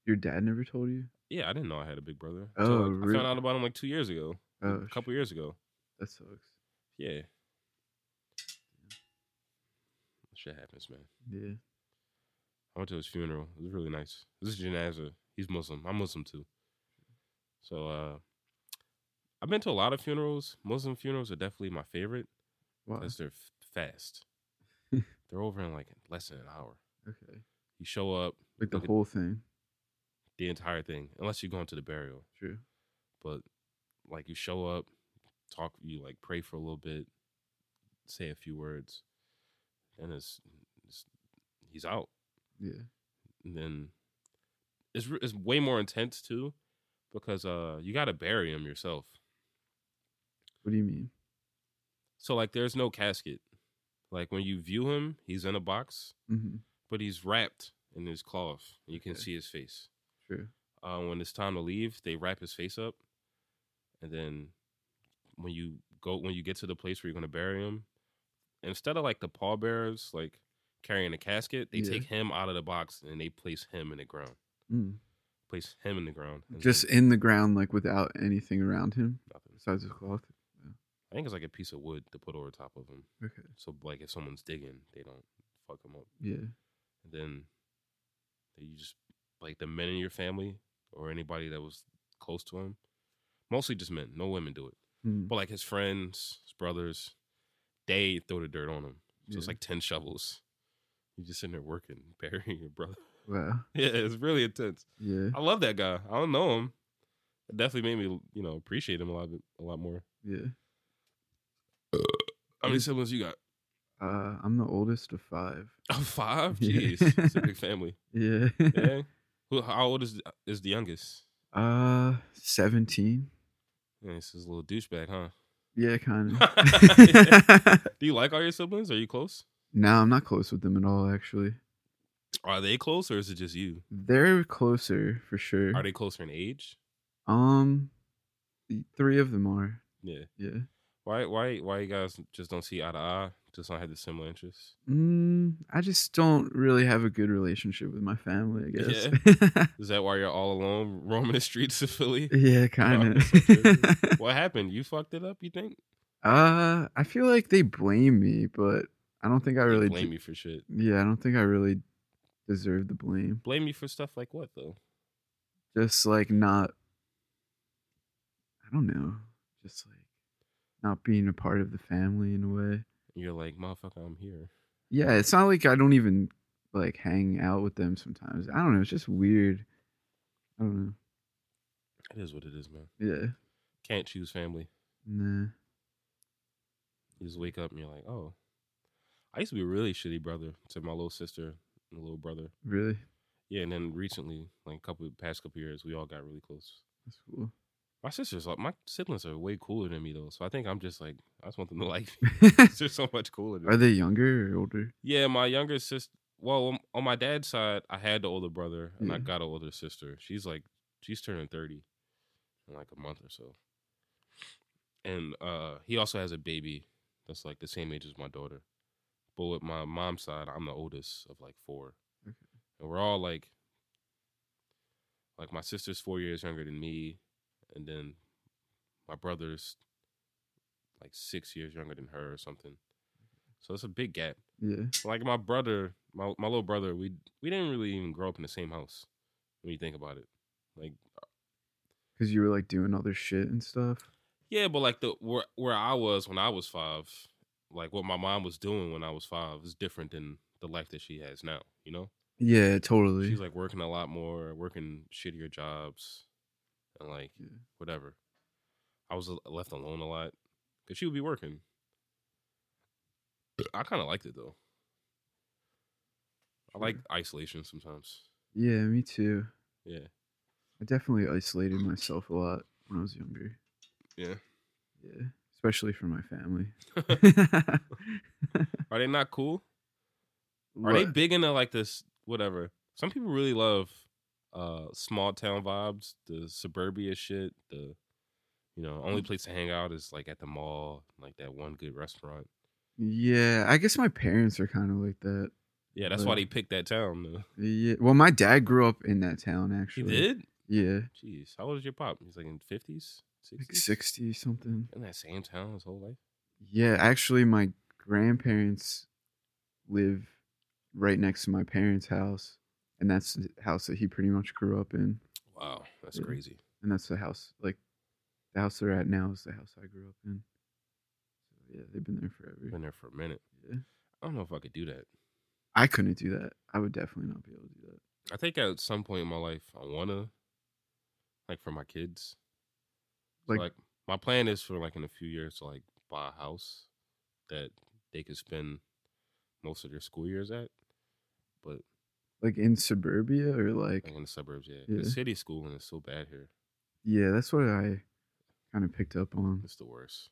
Speaker 4: Your dad never told you?
Speaker 3: yeah, I didn't know I had a big brother.
Speaker 4: Oh,
Speaker 3: Until, like, I
Speaker 4: really?
Speaker 3: found out about him like two years ago,
Speaker 4: Oh,
Speaker 3: a couple years ago.
Speaker 4: that sucks.
Speaker 3: Yeah. Shit happens, man.
Speaker 4: Yeah.
Speaker 3: I went to his funeral. It was really nice. This is Janaza. He's Muslim. I'm Muslim too. So uh I've been to a lot of funerals. Muslim funerals are definitely my favorite
Speaker 4: Wow.
Speaker 3: because they're f- fast. they're over in like less than an hour.
Speaker 4: Okay.
Speaker 3: You show up,
Speaker 4: Like the
Speaker 3: Look at-
Speaker 4: whole thing.
Speaker 3: the entire thing, unless you're going to the burial.
Speaker 4: True.
Speaker 3: But like you show up, talk, you like pray for a little bit, say a few words, and it's, it's he's out.
Speaker 4: Yeah.
Speaker 3: and then it's re- it's way more intense too because uh you got to bury him yourself.
Speaker 4: What do you mean?
Speaker 3: So like there's no casket. Like when you view him, he's in a box,
Speaker 4: Mm-hmm.
Speaker 3: but he's wrapped in his cloth. And you can
Speaker 4: Okay.
Speaker 3: see his face.
Speaker 4: True.
Speaker 3: Uh, when it's time to leave, they wrap his face up, and then when you go when you get to the place where you're gonna bury him, instead of like the pallbearers like carrying a casket, they
Speaker 4: Yeah.
Speaker 3: take him out of the box and they place him in the ground.
Speaker 4: Mm.
Speaker 3: Place him in the ground. and
Speaker 4: Just
Speaker 3: then
Speaker 4: in the ground, like without anything around him
Speaker 3: nothing.
Speaker 4: besides the cloth.
Speaker 3: I think it's like a piece of wood to put over top of them.
Speaker 4: Okay.
Speaker 3: So like if someone's digging, they don't fuck them up.
Speaker 4: Yeah.
Speaker 3: And then you just like the men in your family or anybody that was close to him, mostly just men. No women do it,
Speaker 4: Mm.
Speaker 3: but like his friends, his brothers, they throw the dirt on him. So it's
Speaker 4: Yeah.
Speaker 3: like ten shovels. You just sitting there working, burying your brother.
Speaker 4: Wow.
Speaker 3: Yeah, it's really intense.
Speaker 4: Yeah.
Speaker 3: I love that guy. I don't know him. It definitely made me, you know, appreciate him a lot, a lot more.
Speaker 4: Yeah.
Speaker 3: How many siblings you got?
Speaker 4: Uh, I'm the oldest of five.
Speaker 3: Oh, five?
Speaker 4: Yeah.
Speaker 3: Jeez, it's a big family.
Speaker 4: Yeah.
Speaker 3: Yeah. Who, how old is is the youngest?
Speaker 4: uh, seventeen.
Speaker 3: Yeah, this is a little douchebag, huh?
Speaker 4: Yeah, kind of.
Speaker 3: Do you like all your siblings? Are you close?
Speaker 4: no, I'm not close with them at all. Actually,
Speaker 3: Are they close or is it just you?
Speaker 4: they're closer for sure.
Speaker 3: Are they closer in age?
Speaker 4: Um, th- three of them are.
Speaker 3: Yeah.
Speaker 4: Yeah.
Speaker 3: Why why why you guys just don't see eye to eye? Just don't have the similar interests?
Speaker 4: Mm, I just don't really have a good relationship with my family. I guess. Yeah,
Speaker 3: Is that why you're all alone roaming the streets of Philly?
Speaker 4: kind
Speaker 3: that's so
Speaker 4: of.
Speaker 3: crazy. what happened? You fucked it up, you think?
Speaker 4: uh, I feel like they blame me, but I don't think I
Speaker 3: They
Speaker 4: really
Speaker 3: blame
Speaker 4: de-
Speaker 3: you for shit.
Speaker 4: Yeah, I don't think I really deserve the blame.
Speaker 3: Blame you for stuff like what though?
Speaker 4: just like not i don't know just like not being a part of the family in a way
Speaker 3: You're like, motherfucker, I'm here.
Speaker 4: yeah it's not like i don't even like hang out with them sometimes i don't know it's just weird i don't know
Speaker 3: It is what it is, man.
Speaker 4: yeah
Speaker 3: Can't choose family.
Speaker 4: nah
Speaker 3: You just wake up and you're like, oh. I used to be a really shitty brother to my little sister and little brother.
Speaker 4: really
Speaker 3: Yeah, and then recently, like a couple past couple years, we all got really close.
Speaker 4: that's cool
Speaker 3: My sisters, like my siblings, are way cooler than me though. So I think I'm just like I just want them to like me. 'cause They're so much cooler. Than me.
Speaker 4: are they younger or older
Speaker 3: Yeah, my younger sister. Well, on- on my dad's side, I had the older brother and I
Speaker 4: Yeah.
Speaker 3: got an older sister. She's like she's turning thirty in like a month or so. And uh he also has a baby that's like the same age as my daughter. But with my mom's side, I'm the oldest of like four.
Speaker 4: Okay.
Speaker 3: And we're all like like my sister's four years younger than me, and then my brother's like six years younger than her or something. So it's a big gap
Speaker 4: yeah
Speaker 3: like my brother, my my little brother, we we didn't really even grow up in the same house when you think about it. Like
Speaker 4: because you were like doing other shit and stuff
Speaker 3: yeah, but like the where where I was when I was five, like what my mom was doing when I was five is different than the life that she has now. You know,
Speaker 4: yeah totally
Speaker 3: she's like working a lot more, working shittier jobs, and like
Speaker 4: Yeah.
Speaker 3: whatever. I was left alone a lot because she would be working. I kind of liked it though. I like isolation sometimes.
Speaker 4: yeah me too
Speaker 3: Yeah.
Speaker 4: i definitely isolated myself a lot when i was younger
Speaker 3: Yeah.
Speaker 4: yeah especially from my family
Speaker 3: Are they not cool? Are
Speaker 4: What?
Speaker 3: they big into like this whatever? Some people really love uh small town vibes, the suburbia shit, the you know, only place to hang out is like at the mall, like that one good restaurant.
Speaker 4: Yeah, I guess my parents are kind of like that.
Speaker 3: Yeah, that's why they picked that town. Though.
Speaker 4: Yeah. Well, my dad grew up in that town
Speaker 3: He
Speaker 4: actually.
Speaker 3: did.
Speaker 4: Yeah,
Speaker 3: Jeez, how old is your pop? He's like in fifties,
Speaker 4: like
Speaker 3: sixties,
Speaker 4: sixty something.
Speaker 3: in that same town his whole life.
Speaker 4: Yeah, actually, my grandparents live right next to my parents' house, and that's the house that he pretty much grew up in,
Speaker 3: Wow, that's
Speaker 4: Yeah.
Speaker 3: crazy.
Speaker 4: and that's the house like the house they're at now is the house I grew up in. So yeah, they've been there forever.
Speaker 3: Been there for a minute.
Speaker 4: Yeah.
Speaker 3: I don't know if I could do that.
Speaker 4: I couldn't do that. I would definitely not be able to do that.
Speaker 3: I think at some point in my life I wanna, like, for my kids. So,
Speaker 4: Like-
Speaker 3: like, my plan is for like in a few years to like buy a house that they could spend most of their school years at, but
Speaker 4: Like in suburbia or like
Speaker 3: like in the suburbs. Yeah,
Speaker 4: Yeah.
Speaker 3: the city schooling is so bad here.
Speaker 4: yeah, that's what I kind of picked up on.
Speaker 3: It's the worst.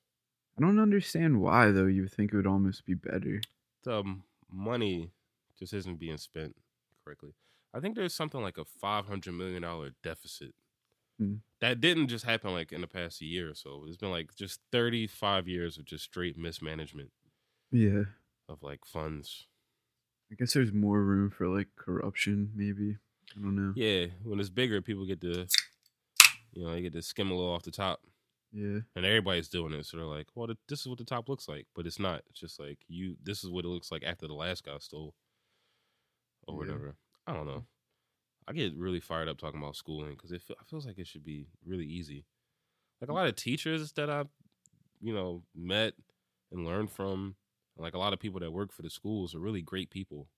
Speaker 4: I don't understand why though. You would think it would almost be better.
Speaker 3: the m- money just isn't being spent correctly. I think there's something like a five hundred million dollar deficit.
Speaker 4: Mm.
Speaker 3: That didn't just happen like in the past year or so. It's been like just thirty five years of just straight mismanagement
Speaker 4: Yeah,
Speaker 3: of like funds.
Speaker 4: I guess there's more room for like corruption. Maybe I don't know.
Speaker 3: Yeah, when it's bigger, people get to, you know, they get to skim a little off the top,
Speaker 4: Yeah.
Speaker 3: and everybody's doing it. So they're like, well, th- this is what the top looks like, but it's not. It's just like you. This is what it looks like after the last guy stole, or
Speaker 4: Yeah.
Speaker 3: whatever. I don't know. I get really fired up talking about schooling because it, fe- it feels like it should be really easy. Like a lot of teachers that I, you know, met and learned from, and like a lot of people that work for the schools are really great people,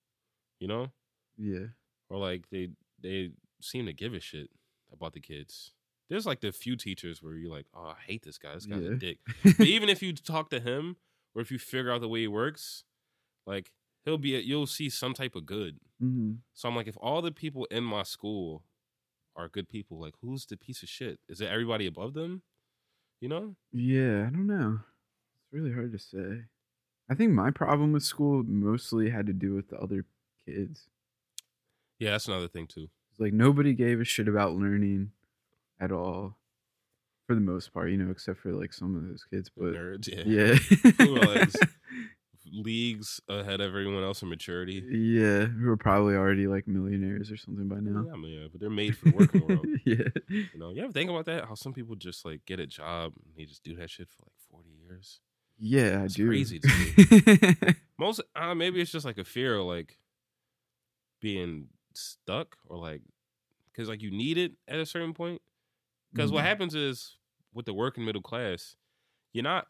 Speaker 3: you know,
Speaker 4: Yeah.
Speaker 3: or like they they seem to give a shit about the kids. There's like the few teachers where you're like, oh, I hate this guy. This guy's
Speaker 4: Yeah.
Speaker 3: a dick but even if you talk to him or if you figure out the way he works, like he'll be, you'll see some type of good.
Speaker 4: hmm
Speaker 3: So I'm like, if all the people in my school are good people, like who's the piece of shit? Is it everybody above them? You know?
Speaker 4: Yeah, I don't know. It's really hard to say. I think my problem with school mostly had to do with the other kids.
Speaker 3: Yeah, that's another thing too.
Speaker 4: It's like nobody gave a shit about learning at all, for the most part. You know, except for like some of those kids.
Speaker 3: The
Speaker 4: But
Speaker 3: nerds, yeah.
Speaker 4: yeah,
Speaker 3: Who are, like, s- Leagues ahead of everyone else in maturity.
Speaker 4: yeah, who are probably already like millionaires or something by
Speaker 3: Yeah,
Speaker 4: now.
Speaker 3: I mean, yeah, but they're made for the working world.
Speaker 4: yeah.
Speaker 3: You know, you ever think about that? How some people just like get a job and they just do that shit for like 40 years.
Speaker 4: Yeah, I
Speaker 3: It's
Speaker 4: do.
Speaker 3: crazy to
Speaker 4: me.
Speaker 3: most uh, maybe it's just like a fear of like being stuck or like because like you need it at a certain point because what happens is with the working middle class you're not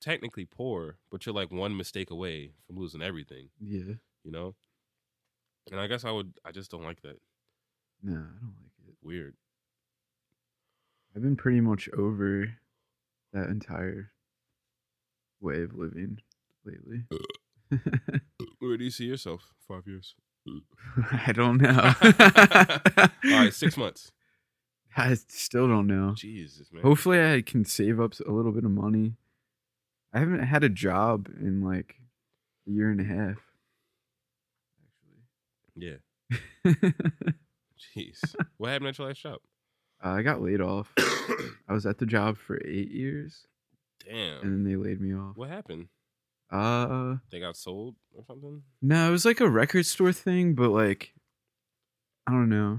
Speaker 3: technically poor but you're like one mistake away from losing everything
Speaker 4: Yeah.
Speaker 3: you know and i guess i would i just don't like that
Speaker 4: No, I don't like it.
Speaker 3: weird
Speaker 4: I've been pretty much over that entire way of living lately.
Speaker 3: where do you see yourself five years
Speaker 4: I don't know.
Speaker 3: all right six months
Speaker 4: I still don't know.
Speaker 3: jesus man
Speaker 4: Hopefully, I can save up a little bit of money. I haven't had a job in like a year and a half.
Speaker 3: yeah
Speaker 4: Actually,
Speaker 3: jeez what happened at your last job
Speaker 4: uh, I got laid off. I was at the job for eight years, and
Speaker 3: damn
Speaker 4: then they laid me off.
Speaker 3: what happened
Speaker 4: Uh,
Speaker 3: they got sold or something.
Speaker 4: No, it was like a record store thing, but like, I don't know.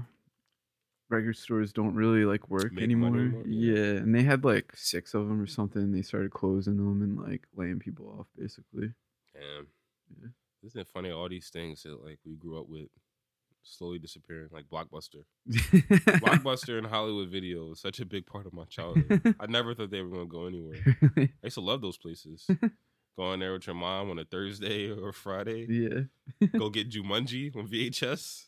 Speaker 4: Record stores don't really like work
Speaker 3: Make
Speaker 4: anymore.
Speaker 3: money anymore, yeah.
Speaker 4: Yeah, and they had like six of them or something. They started closing them and like laying people off, basically.
Speaker 3: Damn.
Speaker 4: Yeah.
Speaker 3: Isn't it funny all these things that like we grew up with slowly disappearing, like Blockbuster. Blockbuster and Hollywood Video was such a big part of my childhood. I never thought they were gonna go anywhere. I used to love those places. Going there with your mom on a Thursday or a Friday.
Speaker 4: yeah,
Speaker 3: Go get Jumanji on VHS.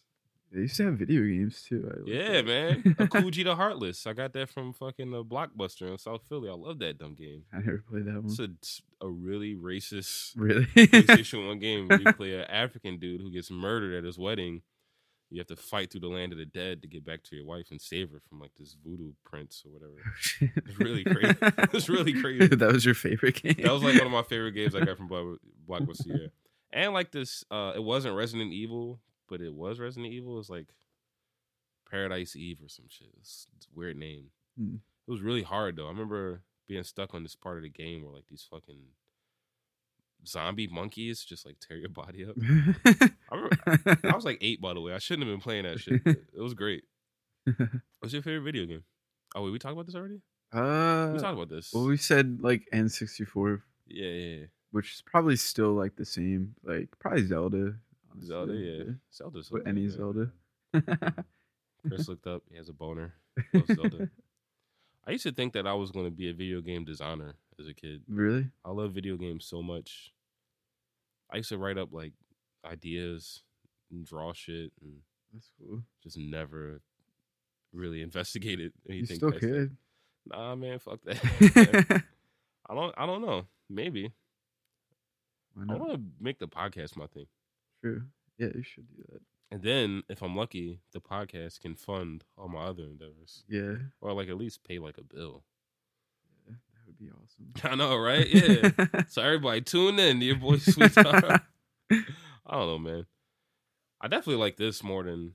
Speaker 4: they used to have video games too. I liked
Speaker 3: Yeah,
Speaker 4: that.
Speaker 3: man. Akuji the Heartless. I got that from fucking the Blockbuster in South Philly. I love that dumb game.
Speaker 4: I never played that one.
Speaker 3: It's a, a really racist
Speaker 4: really?
Speaker 3: PlayStation One game, you play an African dude who gets murdered at his wedding. You have to fight through the land of the dead to get back to your wife and save her from like this voodoo prince or whatever.
Speaker 4: it's
Speaker 3: really crazy. It's really crazy.
Speaker 4: that was your favorite game.
Speaker 3: That was like one of my favorite games I got from Block- Blockbuster. Yeah, and like this, uh, it wasn't Resident Evil, but it was Resident Evil. It was like Paradise Eve or some shit. It's it's a weird name.
Speaker 4: Hmm.
Speaker 3: It was really hard though. I remember being stuck on this part of the game where like these fucking zombie monkeys just like tear your body up.
Speaker 4: I
Speaker 3: I, remember, I was like eight, by the way. I shouldn't have been playing that shit. but It was great. What's your favorite video game? Oh wait, we talked about this already. We
Speaker 4: uh,
Speaker 3: talked about this.
Speaker 4: well, we said like N64,
Speaker 3: yeah, yeah, yeah.
Speaker 4: which is probably still like the same. Like probably Zelda. honestly.
Speaker 3: Zelda, yeah, Zelda's
Speaker 4: With
Speaker 3: okay,
Speaker 4: any
Speaker 3: yeah.
Speaker 4: Zelda.
Speaker 3: Chris looked up. He has a boner. Loves Zelda. I used to think that I was going to be a video game designer as a kid.
Speaker 4: really?
Speaker 3: I love video games so much. I used to write up like ideas and draw shit and
Speaker 4: That's cool.
Speaker 3: just never really investigated
Speaker 4: You
Speaker 3: anything.
Speaker 4: still
Speaker 3: past that.
Speaker 4: could.
Speaker 3: Nah, man, fuck that.
Speaker 4: Why
Speaker 3: I don't. I don't know. Maybe I
Speaker 4: not?
Speaker 3: want to make the podcast my thing,
Speaker 4: True. Yeah, you should do that.
Speaker 3: and then if I'm lucky, the podcast can fund all my other endeavors,
Speaker 4: Yeah,
Speaker 3: or like at least pay like a bill.
Speaker 4: yeah that would be awesome.
Speaker 3: I know, right? Yeah. so everybody, tune in to your boy Sweet Talk. I don't know, man. I definitely like this more than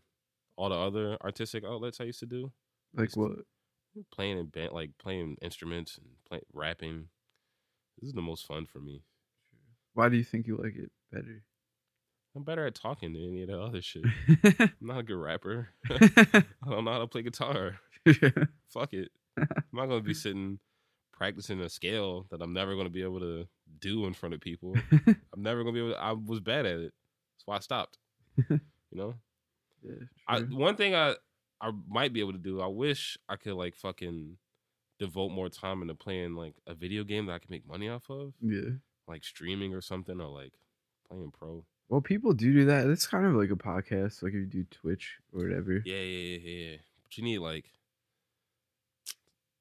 Speaker 3: all the other artistic outlets I used to do.
Speaker 4: like what?
Speaker 3: Playing and band, like playing instruments and play, rapping. This is the most fun for me.
Speaker 4: Why do you think you like it better?
Speaker 3: I'm better at talking than any of the other shit. I'm not a good rapper. I
Speaker 4: yeah.
Speaker 3: don't know how to play guitar. Fuck it. I'm not gonna be sitting practicing a scale that I'm never gonna be able to do in front of people. I'm never gonna be able. To, I was bad at it. That's why I stopped. you know, I,
Speaker 4: true.
Speaker 3: one thing I I might be able to do. I wish I could like fucking devote more time into playing like a video game that I can make money off of,
Speaker 4: yeah.
Speaker 3: like streaming or something, or like playing pro.
Speaker 4: Well, people do do that. It's kind of like a podcast, like if you do Twitch or whatever.
Speaker 3: Yeah, yeah, yeah, yeah. yeah. But you need like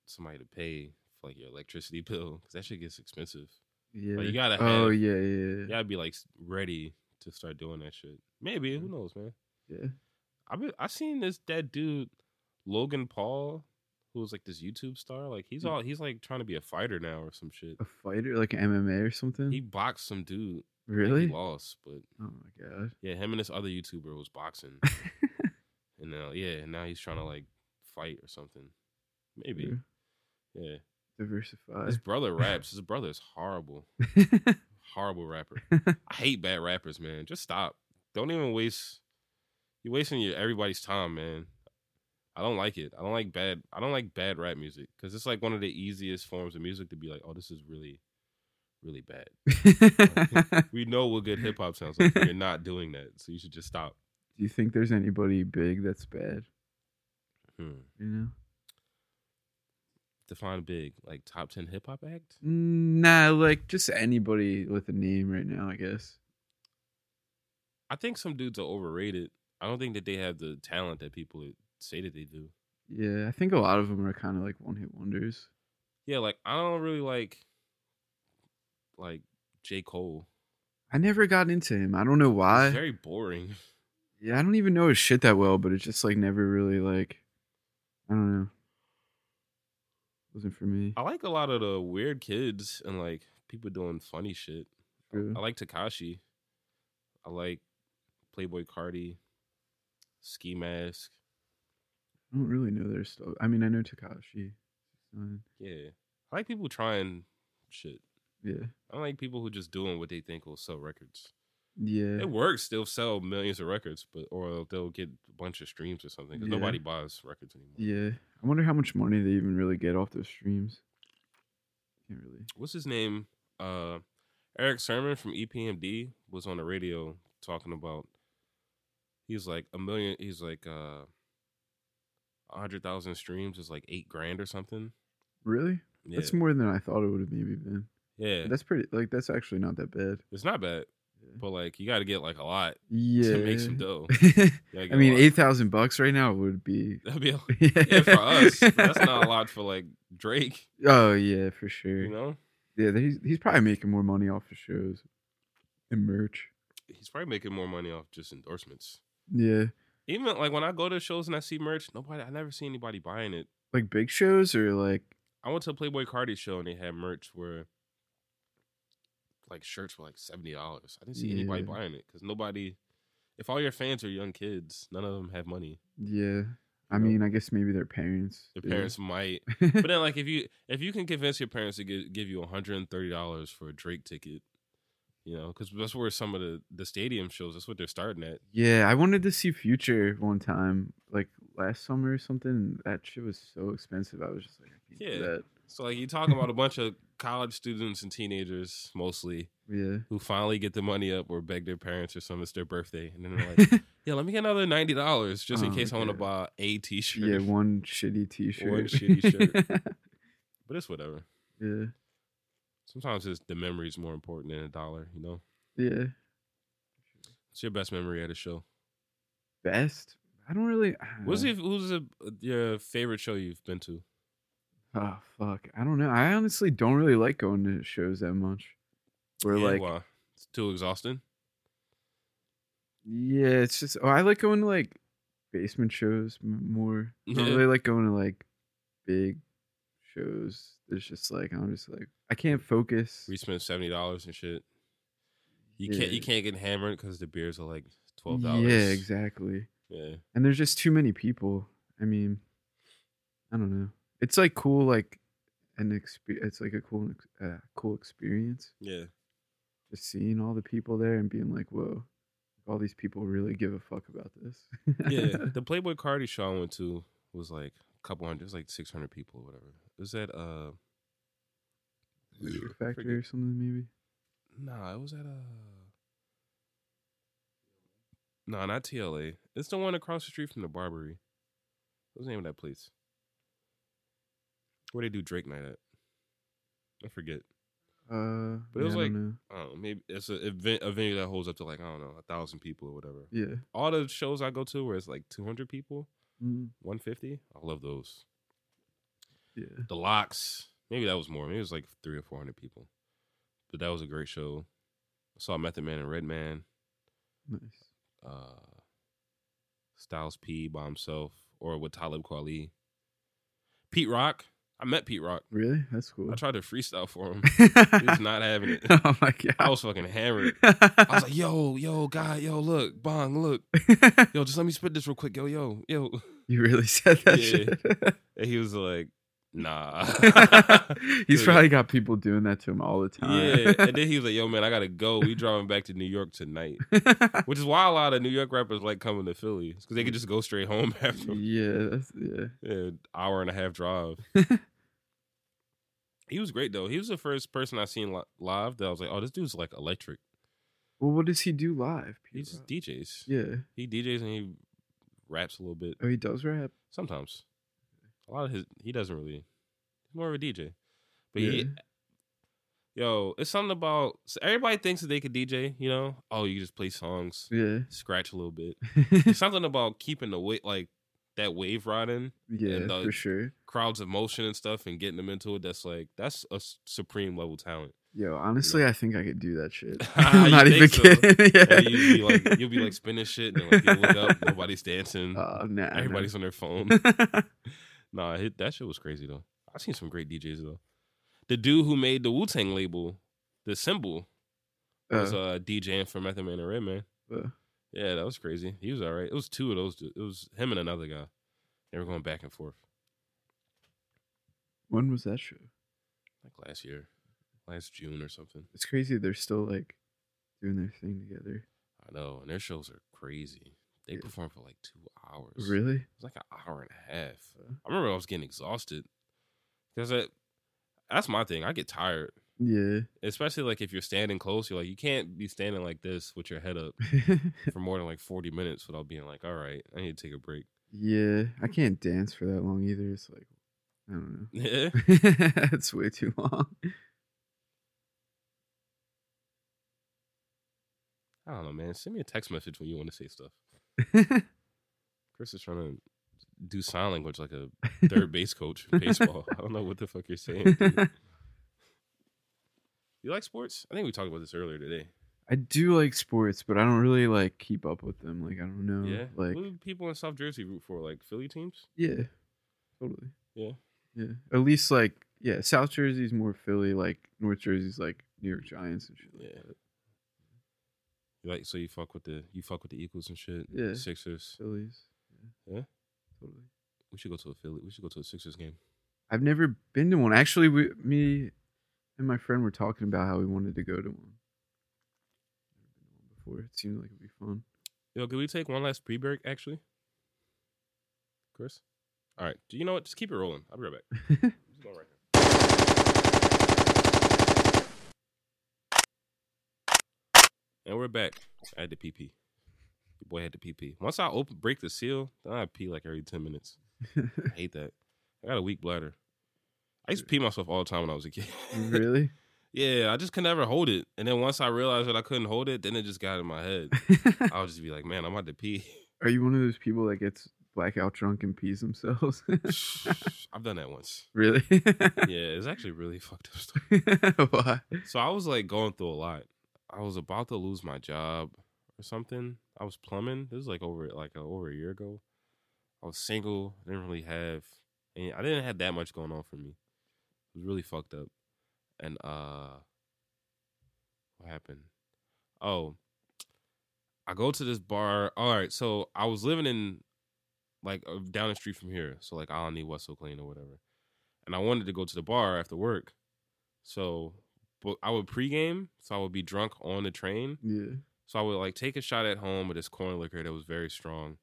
Speaker 3: somebody to pay for like your electricity bill because that shit gets expensive.
Speaker 4: Yeah.
Speaker 3: you gotta
Speaker 4: Oh
Speaker 3: have-
Speaker 4: yeah, yeah,
Speaker 3: You
Speaker 4: yeah.
Speaker 3: gotta be like s- ready to start doing that shit. Maybe who knows, man.
Speaker 4: Yeah.
Speaker 3: I've been, I seen this that dude Logan Paul, who was like this YouTube star. Like
Speaker 4: Mm.
Speaker 3: he's all he's like trying to be a fighter now or some shit.
Speaker 4: A fighter, like MMA or something.
Speaker 3: He boxed some dude. and
Speaker 4: really?
Speaker 3: He
Speaker 4: Oh
Speaker 3: lost, but
Speaker 4: my god.
Speaker 3: yeah, him and this other YouTuber was boxing, and now yeah, now he's trying to like fight or something. Maybe
Speaker 4: True.
Speaker 3: yeah.
Speaker 4: Diversify.
Speaker 3: His brother raps. His brother is horrible, horrible rapper. I hate bad rappers, man. Just stop. Don't even waste. You're wasting your everybody's time, man. I don't like it. I don't like bad. I don't like bad rap music because it's like one of the easiest forms of music to be like, oh, this is really, really bad.
Speaker 4: do
Speaker 3: We know what good hip hop sounds like. and You're not doing that, so you should just stop.
Speaker 4: you think there's anybody big that's bad?
Speaker 3: Hmm.
Speaker 4: You know?
Speaker 3: Define big, like top ten hip hop act.
Speaker 4: Nah, like just anybody with a name right now, I guess.
Speaker 3: I think some dudes are overrated. I don't think that they have the talent that people say that they do.
Speaker 4: Yeah, I think a lot of them are kind of like one hit wonders.
Speaker 3: Yeah, like I don't really like like J. Cole.
Speaker 4: I never got into him. I don't know why.
Speaker 3: He's very boring.
Speaker 4: yeah, I don't even know his shit that well, but it just like never really like I don't know. Wasn't for me.
Speaker 3: I like a lot of the weird kids and like people doing funny shit.
Speaker 4: True.
Speaker 3: I like Takashi. I like Playboy Cardi, Ski Mask.
Speaker 4: I don't really know their stuff. I mean, I know Takashi.
Speaker 3: Yeah, I like people trying shit.
Speaker 4: Yeah.
Speaker 3: I don't like people who just doing what they think will sell records.
Speaker 4: Yeah.
Speaker 3: It works; they'll sell millions of records, but or they'll get a bunch of streams or something. 'cause
Speaker 4: Yeah.
Speaker 3: Nobody buys records anymore.
Speaker 4: Yeah. I wonder how much money they even really get off those streams. Can't really.
Speaker 3: what's his name? Uh, Eric Sermon from E EPMD was on the radio talking about. He's like a million. He's like uh, a hundred thousand streams is like eight grand or something.
Speaker 4: Really?
Speaker 3: Yeah,
Speaker 4: That's more than I thought it would have maybe been.
Speaker 3: yeah.
Speaker 4: That's pretty like that's actually not that bad.
Speaker 3: It's not bad, but like you got to get like a lot
Speaker 4: Yeah.
Speaker 3: to make some dough. You gotta get
Speaker 4: I
Speaker 3: a
Speaker 4: mean,
Speaker 3: lot.
Speaker 4: eight thousand bucks right now would be
Speaker 3: That'd be a, yeah, for us. but That's not a lot for like Drake,
Speaker 4: Oh yeah, for sure.
Speaker 3: you know.
Speaker 4: Yeah, they- he's he's probably making more money off of shows and merch.
Speaker 3: He's probably making more money off just endorsements.
Speaker 4: Yeah,
Speaker 3: Even like when I go to shows and I see merch, nobody, I never see anybody buying it.
Speaker 4: like big shows or like
Speaker 3: I went to a Playboy Cardi show and they had merch where like shirts were like seventy dollars. I didn't see anybody
Speaker 4: Yeah.
Speaker 3: buying it because nobody. If all your fans are young kids, none of them have money.
Speaker 4: yeah. I
Speaker 3: Yep.
Speaker 4: mean, I guess maybe their parents.
Speaker 3: Your
Speaker 4: do.
Speaker 3: parents might, but then like if you if you can convince your parents to give, give you one hundred and thirty dollars for a Drake ticket, You know, because that's where some of the the stadium shows. That's what they're starting at.
Speaker 4: Yeah, I wanted to see Future one time, like last summer or something. That shit was so expensive. I was just like, I can't do
Speaker 3: Yeah. So like you're talking about a bunch of college students and teenagers mostly
Speaker 4: that.
Speaker 3: who finally get the money up or beg their parents or something. It's their birthday, and then they're
Speaker 4: Yeah.
Speaker 3: like, "Yeah, let me get another ninety dollars just in
Speaker 4: Oh,
Speaker 3: case I want to
Speaker 4: okay.
Speaker 3: buy a T-shirt."
Speaker 4: Yeah, one shitty T-shirt.
Speaker 3: shitty shirt. but it's whatever.
Speaker 4: yeah,
Speaker 3: Sometimes it's the memory is more important than a dollar. You know,
Speaker 4: yeah.
Speaker 3: it's your best memory at a show.
Speaker 4: Best. I don't really. I don't
Speaker 3: What's
Speaker 4: know.
Speaker 3: your, who's the your favorite show you've been to?
Speaker 4: Oh fuck! I don't know. I honestly don't really like going to shows that much. Where
Speaker 3: Yeah,
Speaker 4: like,
Speaker 3: why? it's too exhausting.
Speaker 4: yeah, it's just. Oh, I like going to like basement shows m- more. I don't
Speaker 3: Yeah.
Speaker 4: really like going to like big shows. It's just like I'm just like I can't focus.
Speaker 3: We spent seventy dollars and shit. You can't you
Speaker 4: Yeah.
Speaker 3: can't get hammered because the beers are like twelve dollars.
Speaker 4: Yeah, exactly.
Speaker 3: Yeah.
Speaker 4: And there's just too many people. I mean, I don't know. It's like cool, like an experience. It's like a cool, ex- uh, cool experience.
Speaker 3: Yeah.
Speaker 4: just seeing all the people there and being like, whoa, all these people really give a fuck about this.
Speaker 3: Yeah. the Playboy Cardi show I went to was like a couple hundred, it was like six hundred people or whatever. It was at uh
Speaker 4: Fear
Speaker 3: I
Speaker 4: Factory or
Speaker 3: forget-
Speaker 4: something, maybe.
Speaker 3: Nah, it was at uh Nah, not TLA. It's the one across the street from the Barbary. What's the name of that place? Where they do Drake night at? I forget.
Speaker 4: Uh,
Speaker 3: But it was
Speaker 4: yeah, I
Speaker 3: like-
Speaker 4: don't know.
Speaker 3: I don't know, maybe it's a event a venue that holds up to like, I don't know, a thousand people or whatever.
Speaker 4: yeah.
Speaker 3: All the shows I go to where it's like two hundred people,
Speaker 4: Mm,
Speaker 3: one fifty, I love those.
Speaker 4: yeah.
Speaker 3: The Locks. Maybe that was more. Maybe it was like three or four hundred people. But that was a great show. I saw Method Man and Redman,
Speaker 4: Nice.
Speaker 3: uh, Styles P by himself, or with Talib Kweli. Pete Rock. I met Pete Rock.
Speaker 4: Really? That's cool.
Speaker 3: I tried to freestyle for him. He was not having it.
Speaker 4: oh my god.
Speaker 3: I was fucking hammered. I was like, yo, yo, guy, yo, look, bong, look, yo, just let me spit this real quick, yo, yo, yo.
Speaker 4: you really said that
Speaker 3: And he was like, nah.
Speaker 4: shit. He's
Speaker 3: Dude.
Speaker 4: probably got people doing that to him all the time.
Speaker 3: Yeah, and then he was like, "Yo, man, I gotta go. We driving back to New York tonight," which is why a lot of New York rappers like coming to Philly because they could just go straight home after
Speaker 4: yeah. That's, yeah.
Speaker 3: an hour and a half drive. he was great though. He was the first person I seen li- live that I was like, "Oh, this dude's like electric."
Speaker 4: Well, what does he do live?
Speaker 3: He
Speaker 4: Pete
Speaker 3: just
Speaker 4: Rock?
Speaker 3: DJs.
Speaker 4: yeah.
Speaker 3: He DJs and he raps a little bit
Speaker 4: Oh, he does rap.
Speaker 3: sometimes. A lot of his he doesn't really. He's more of a DJ, but
Speaker 4: yeah.
Speaker 3: he yo, it's something about everybody thinks that they could DJ. You know, oh, you just play songs.
Speaker 4: Yeah.
Speaker 3: scratch a little bit.
Speaker 4: yeah,
Speaker 3: There's something about keeping the weight like that wave riding,
Speaker 4: for
Speaker 3: does.
Speaker 4: sure.
Speaker 3: crowds of motion and stuff, and getting them into it. That's like that's a s- supreme level talent.
Speaker 4: Yo, honestly, I think I could do that shit.
Speaker 3: Ah, You
Speaker 4: I'm not even
Speaker 3: think so?
Speaker 4: kidding. yeah.
Speaker 3: Like, you'll be like you'll be like spinning shit, and like, you look up, nobody's dancing,
Speaker 4: oh nah, nah.
Speaker 3: everybody's on their phone. nah, it, that shit was crazy though. I've seen some great DJs though. The dude who made the Wu Tang label, the symbol, was
Speaker 4: Uh,
Speaker 3: uh, DJing for Method Man and Redman.
Speaker 4: uh,
Speaker 3: Yeah, that was crazy. He was all right. It was two of those. du- It was him and another guy. They were going back and forth.
Speaker 4: when was that show?
Speaker 3: like last year, last June or something.
Speaker 4: It's crazy. They're still like doing their thing together.
Speaker 3: I know, and their shows are crazy. They
Speaker 4: Yeah.
Speaker 3: perform for like two hours.
Speaker 4: Really?
Speaker 3: It was like an hour and a half.
Speaker 4: Uh,
Speaker 3: I remember I was getting exhausted because that, that's my thing. I get tired,
Speaker 4: yeah.
Speaker 3: especially like if you're standing close. You're like, you can't be standing like this with your head up for more than like 40 minutes without being like, all right, I need to take a break.
Speaker 4: yeah. I can't dance for that long either. It's like I don't know.
Speaker 3: Yeah.
Speaker 4: it's way too long.
Speaker 3: I don't know, man. Send me a text message when you want to say stuff. Chris is trying to do sign language like a third base coach in baseball. I don't know what the fuck you're saying. dude. You like sports? I think we talked about this earlier today.
Speaker 4: I do like sports, but I don't really like keep up with them. Like I don't know.
Speaker 3: yeah.
Speaker 4: Uh, Like
Speaker 3: Who do people in South Jersey root for? Like Philly teams?
Speaker 4: Yeah, totally.
Speaker 3: Yeah.
Speaker 4: yeah. At least like yeah, South Jersey's more Philly, like North Jersey's like New York Giants and shit. Like
Speaker 3: Yeah.
Speaker 4: that.
Speaker 3: You like so you fuck with the you fuck with the Eagles and shit.
Speaker 4: Yeah.
Speaker 3: Sixers.
Speaker 4: Phillies.
Speaker 3: Yeah?
Speaker 4: totally.
Speaker 3: We should go to a Philly. We should go to a Sixers game.
Speaker 4: I've never been to one. Actually, we, me and my friend were talking about how we wanted to go to one. for. It seemed like it'd be fun.
Speaker 3: Yo, can we take one last pre break, actually? Chris? All right. Do you know what? Just keep it rolling. I'll be right back. Just go right here. And we're back. I had to pee pee. Your boy had to pee pee. Once I open break the seal, then I pee like every ten minutes. I hate that. I got a weak bladder. I used to pee myself all the time when I was a kid.
Speaker 4: really?
Speaker 3: yeah, I just could never hold it. And then once I realized that I couldn't hold it, then it just got in my head. I would just be like, man, I'm about to pee.
Speaker 4: Are you one of those people that gets blackout drunk and pees themselves?
Speaker 3: I've done that once.
Speaker 4: really?
Speaker 3: Yeah, it's actually a really fucked up story.
Speaker 4: Why?
Speaker 3: So I was like going through a lot. I was about to lose my job or something. I was plumbing. This was like over like uh, over a year ago. I was single. I didn't really have. And I didn't have that much going on for me. It was really fucked up. And uh, what happened? Oh, I go to this bar. All right, so I was living in like uh, down the street from here, so like Alani West Oak Lane or whatever. And I wanted to go to the bar after work. So but I would pregame, so I would be drunk on the train.
Speaker 4: Yeah.
Speaker 3: So I would like take a shot at home with this corn liquor that was very strong.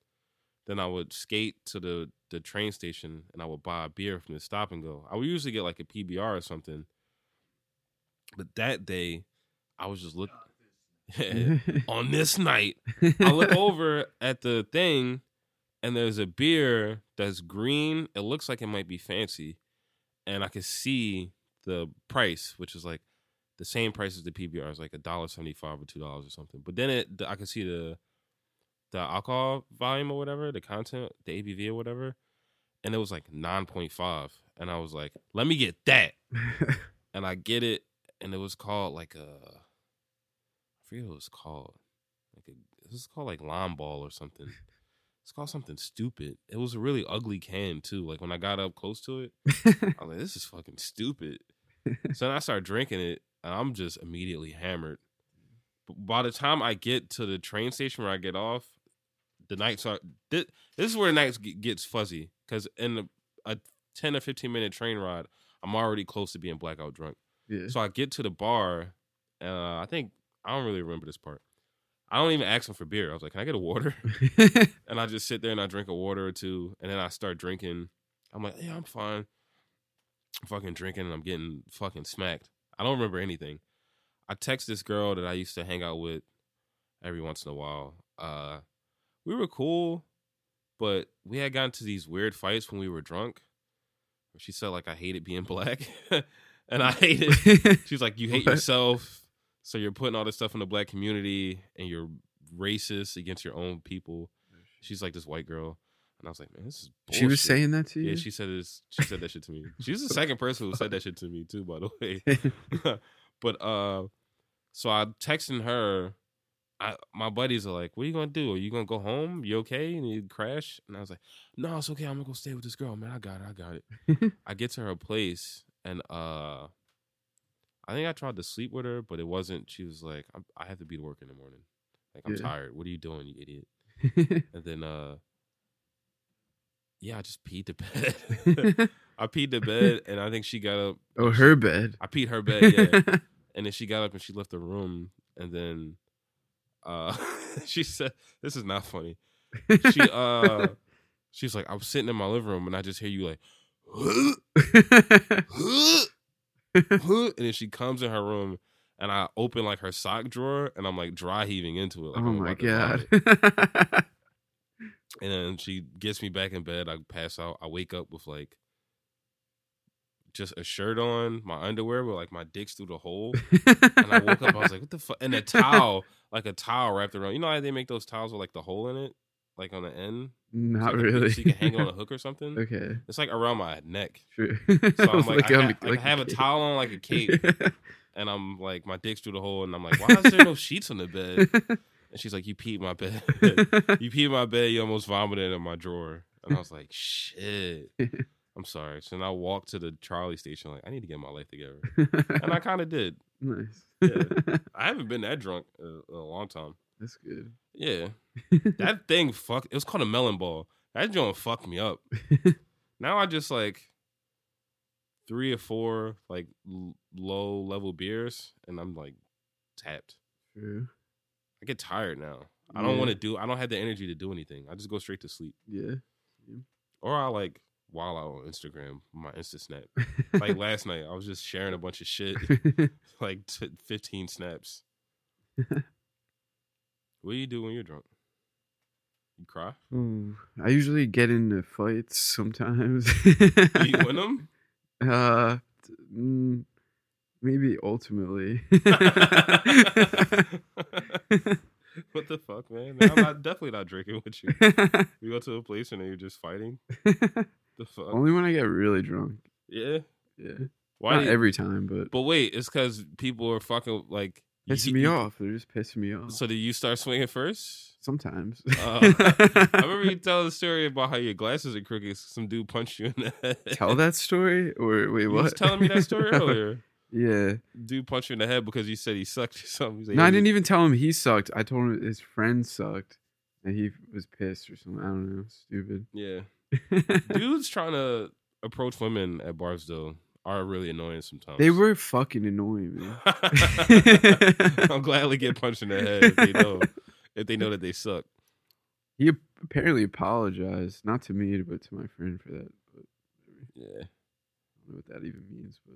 Speaker 3: Then I would skate to the the train station and I would buy a beer from the stop and go. I would usually get like a PBR or something. But that day, I was just looking
Speaker 4: Mm-hmm.
Speaker 3: on this night. I look over at the thing, and there's a beer that's green. It looks like it might be fancy, and I can see the price, which is like the same price as the PBR, is like a dollar seventy five or two dollars or something. But then it, I can see the the alcohol volume or whatever, the content, the ABV or whatever, and it was like nine point five, and I was like, let me get that and I get it, and it was called like a, I forget what it was called, like a, it was called like lime ball or something. It's called something stupid. It was a really ugly can too. Like when I got up close to it, I was like, "This is fucking stupid." so then I start drinking it, and I'm just immediately hammered. But by the time I get to the train station where I get off, the nights are this, this is where the nights get, gets fuzzy because in a, a ten or fifteen minute train ride, I'm already close to being blackout drunk.
Speaker 4: yeah.
Speaker 3: So I get to the bar. Uh, I think I don't really remember this part. I don't even ask him for beer. I was like, "Can I get a water?" and I just sit there and I drink a water or two, and then I start drinking. I'm like, "Yeah, I'm fine." I'm fucking drinking, and I'm getting fucking smacked. I don't remember anything. I text this girl that I used to hang out with every once in a while. Uh, we were cool, but we had gotten to these weird fights when we were drunk. She said like, "I hated being black," and I hated She's like, you hate
Speaker 4: What?
Speaker 3: yourself, so you're putting all this stuff in the black community, and you're racist against your own people. She's like this white girl, and I was like, man, this is. Bullshit.
Speaker 4: she was saying that to you?
Speaker 3: yeah, she said this. She said that shit to me. She's the second person who said that shit to me too, by the way. but uh so I'm texting her. I my buddies are like, What are you gonna do? Are you gonna go home? You okay? And you crash? And I was like, No, it's okay. I'm gonna go stay with this girl, man. I got it, I got it. I get to her place and uh I think I tried to sleep with her, but it wasn't. She was like, I'm, I have to be to work in the morning. Like, I'm
Speaker 4: Yeah.
Speaker 3: tired. What are you doing, you idiot? And then uh yeah, I just peed to bed. I peed to bed and I think she got up.
Speaker 4: oh, her bed.
Speaker 3: I peed her bed, yeah and then she got up and she left the room and then uh she said this is not funny she uh she's like i'm sitting in my living room and i just hear you like and then she comes in her room and i open like her sock drawer and i'm like dry heaving into it like
Speaker 4: oh
Speaker 3: I'm
Speaker 4: my
Speaker 3: about to vomit.
Speaker 4: god.
Speaker 3: And then she gets me back in bed. I pass out. I wake up with like just a shirt on, my underwear, but like my dick's through the hole. And I woke up. I was like, "What the fuck?" And a towel, like a towel wrapped around. You know how they make those towels with like the hole in it, like on the end. So,
Speaker 4: Not
Speaker 3: like,
Speaker 4: really.
Speaker 3: So you can hang it on a hook or something.
Speaker 4: okay.
Speaker 3: It's like around my neck.
Speaker 4: Sure.
Speaker 3: So I'm like, I,
Speaker 4: I'm
Speaker 3: ha- like, I have a towel on like a cape, and I'm like, my dick's through the hole, and I'm like, why is there no sheets on the bed? And she's like, you peed my bed. you peed in my bed. You almost vomited in my drawer. And I was like, shit. I'm sorry. So then I walked to the trolley station. Like, I need to get my life together. And I kind of did.
Speaker 4: nice.
Speaker 3: Yeah. I haven't been that drunk in a long time.
Speaker 4: That's good.
Speaker 3: Yeah. That thing fucked. It was called a melon ball. That joint fucked me up. Now I just like three or four like l- low level beers and I'm like tapped.
Speaker 4: True.
Speaker 3: I I get tired now. I don't
Speaker 4: Yeah.
Speaker 3: want to do. I don't have the energy to do anything. I just go straight to sleep,
Speaker 4: Yeah.
Speaker 3: or I like while out on Instagram, my Insta snap. Like last night, I was just sharing a bunch of shit, like t- fifteen snaps. what do you do when you're drunk? You cry?
Speaker 4: Ooh, I usually get into fights sometimes.
Speaker 3: Do Oh, you win them?
Speaker 4: Uh, t- mm, maybe ultimately.
Speaker 3: what the fuck, man? Nah, I'm not, definitely not drinking with you. You go to a place and then you're just fighting. The fuck?
Speaker 4: Only when I get really drunk.
Speaker 3: yeah.
Speaker 4: Yeah.
Speaker 3: Why?
Speaker 4: Not
Speaker 3: do you-
Speaker 4: every time, but
Speaker 3: but wait, it's because people are fucking like
Speaker 4: pissing
Speaker 3: you-
Speaker 4: me
Speaker 3: you-
Speaker 4: off. They're just pissing me off.
Speaker 3: So do you start swinging first?
Speaker 4: sometimes.
Speaker 3: Uh, I remember you telling the story about how your glasses are crooked. so Some dude punched you in the head.
Speaker 4: Tell that story or wait,
Speaker 3: You
Speaker 4: what?
Speaker 3: was telling me that story earlier.
Speaker 4: yeah.
Speaker 3: Dude punched you in the head because you said he sucked or something. He's like,
Speaker 4: No, I
Speaker 3: "Hey,
Speaker 4: didn't even tell him he sucked. I told him his friend sucked, and he was pissed or something. I don't know. Stupid.
Speaker 3: Yeah. Dudes trying to approach women at bars though are really annoying sometimes.
Speaker 4: they were fucking annoying, man.
Speaker 3: I'm glad they get punched in the head if they know if they know that they suck.
Speaker 4: He ap- apparently apologized, not to me, but to my friend for that. But
Speaker 3: Yeah.
Speaker 4: I don't know what that even means. But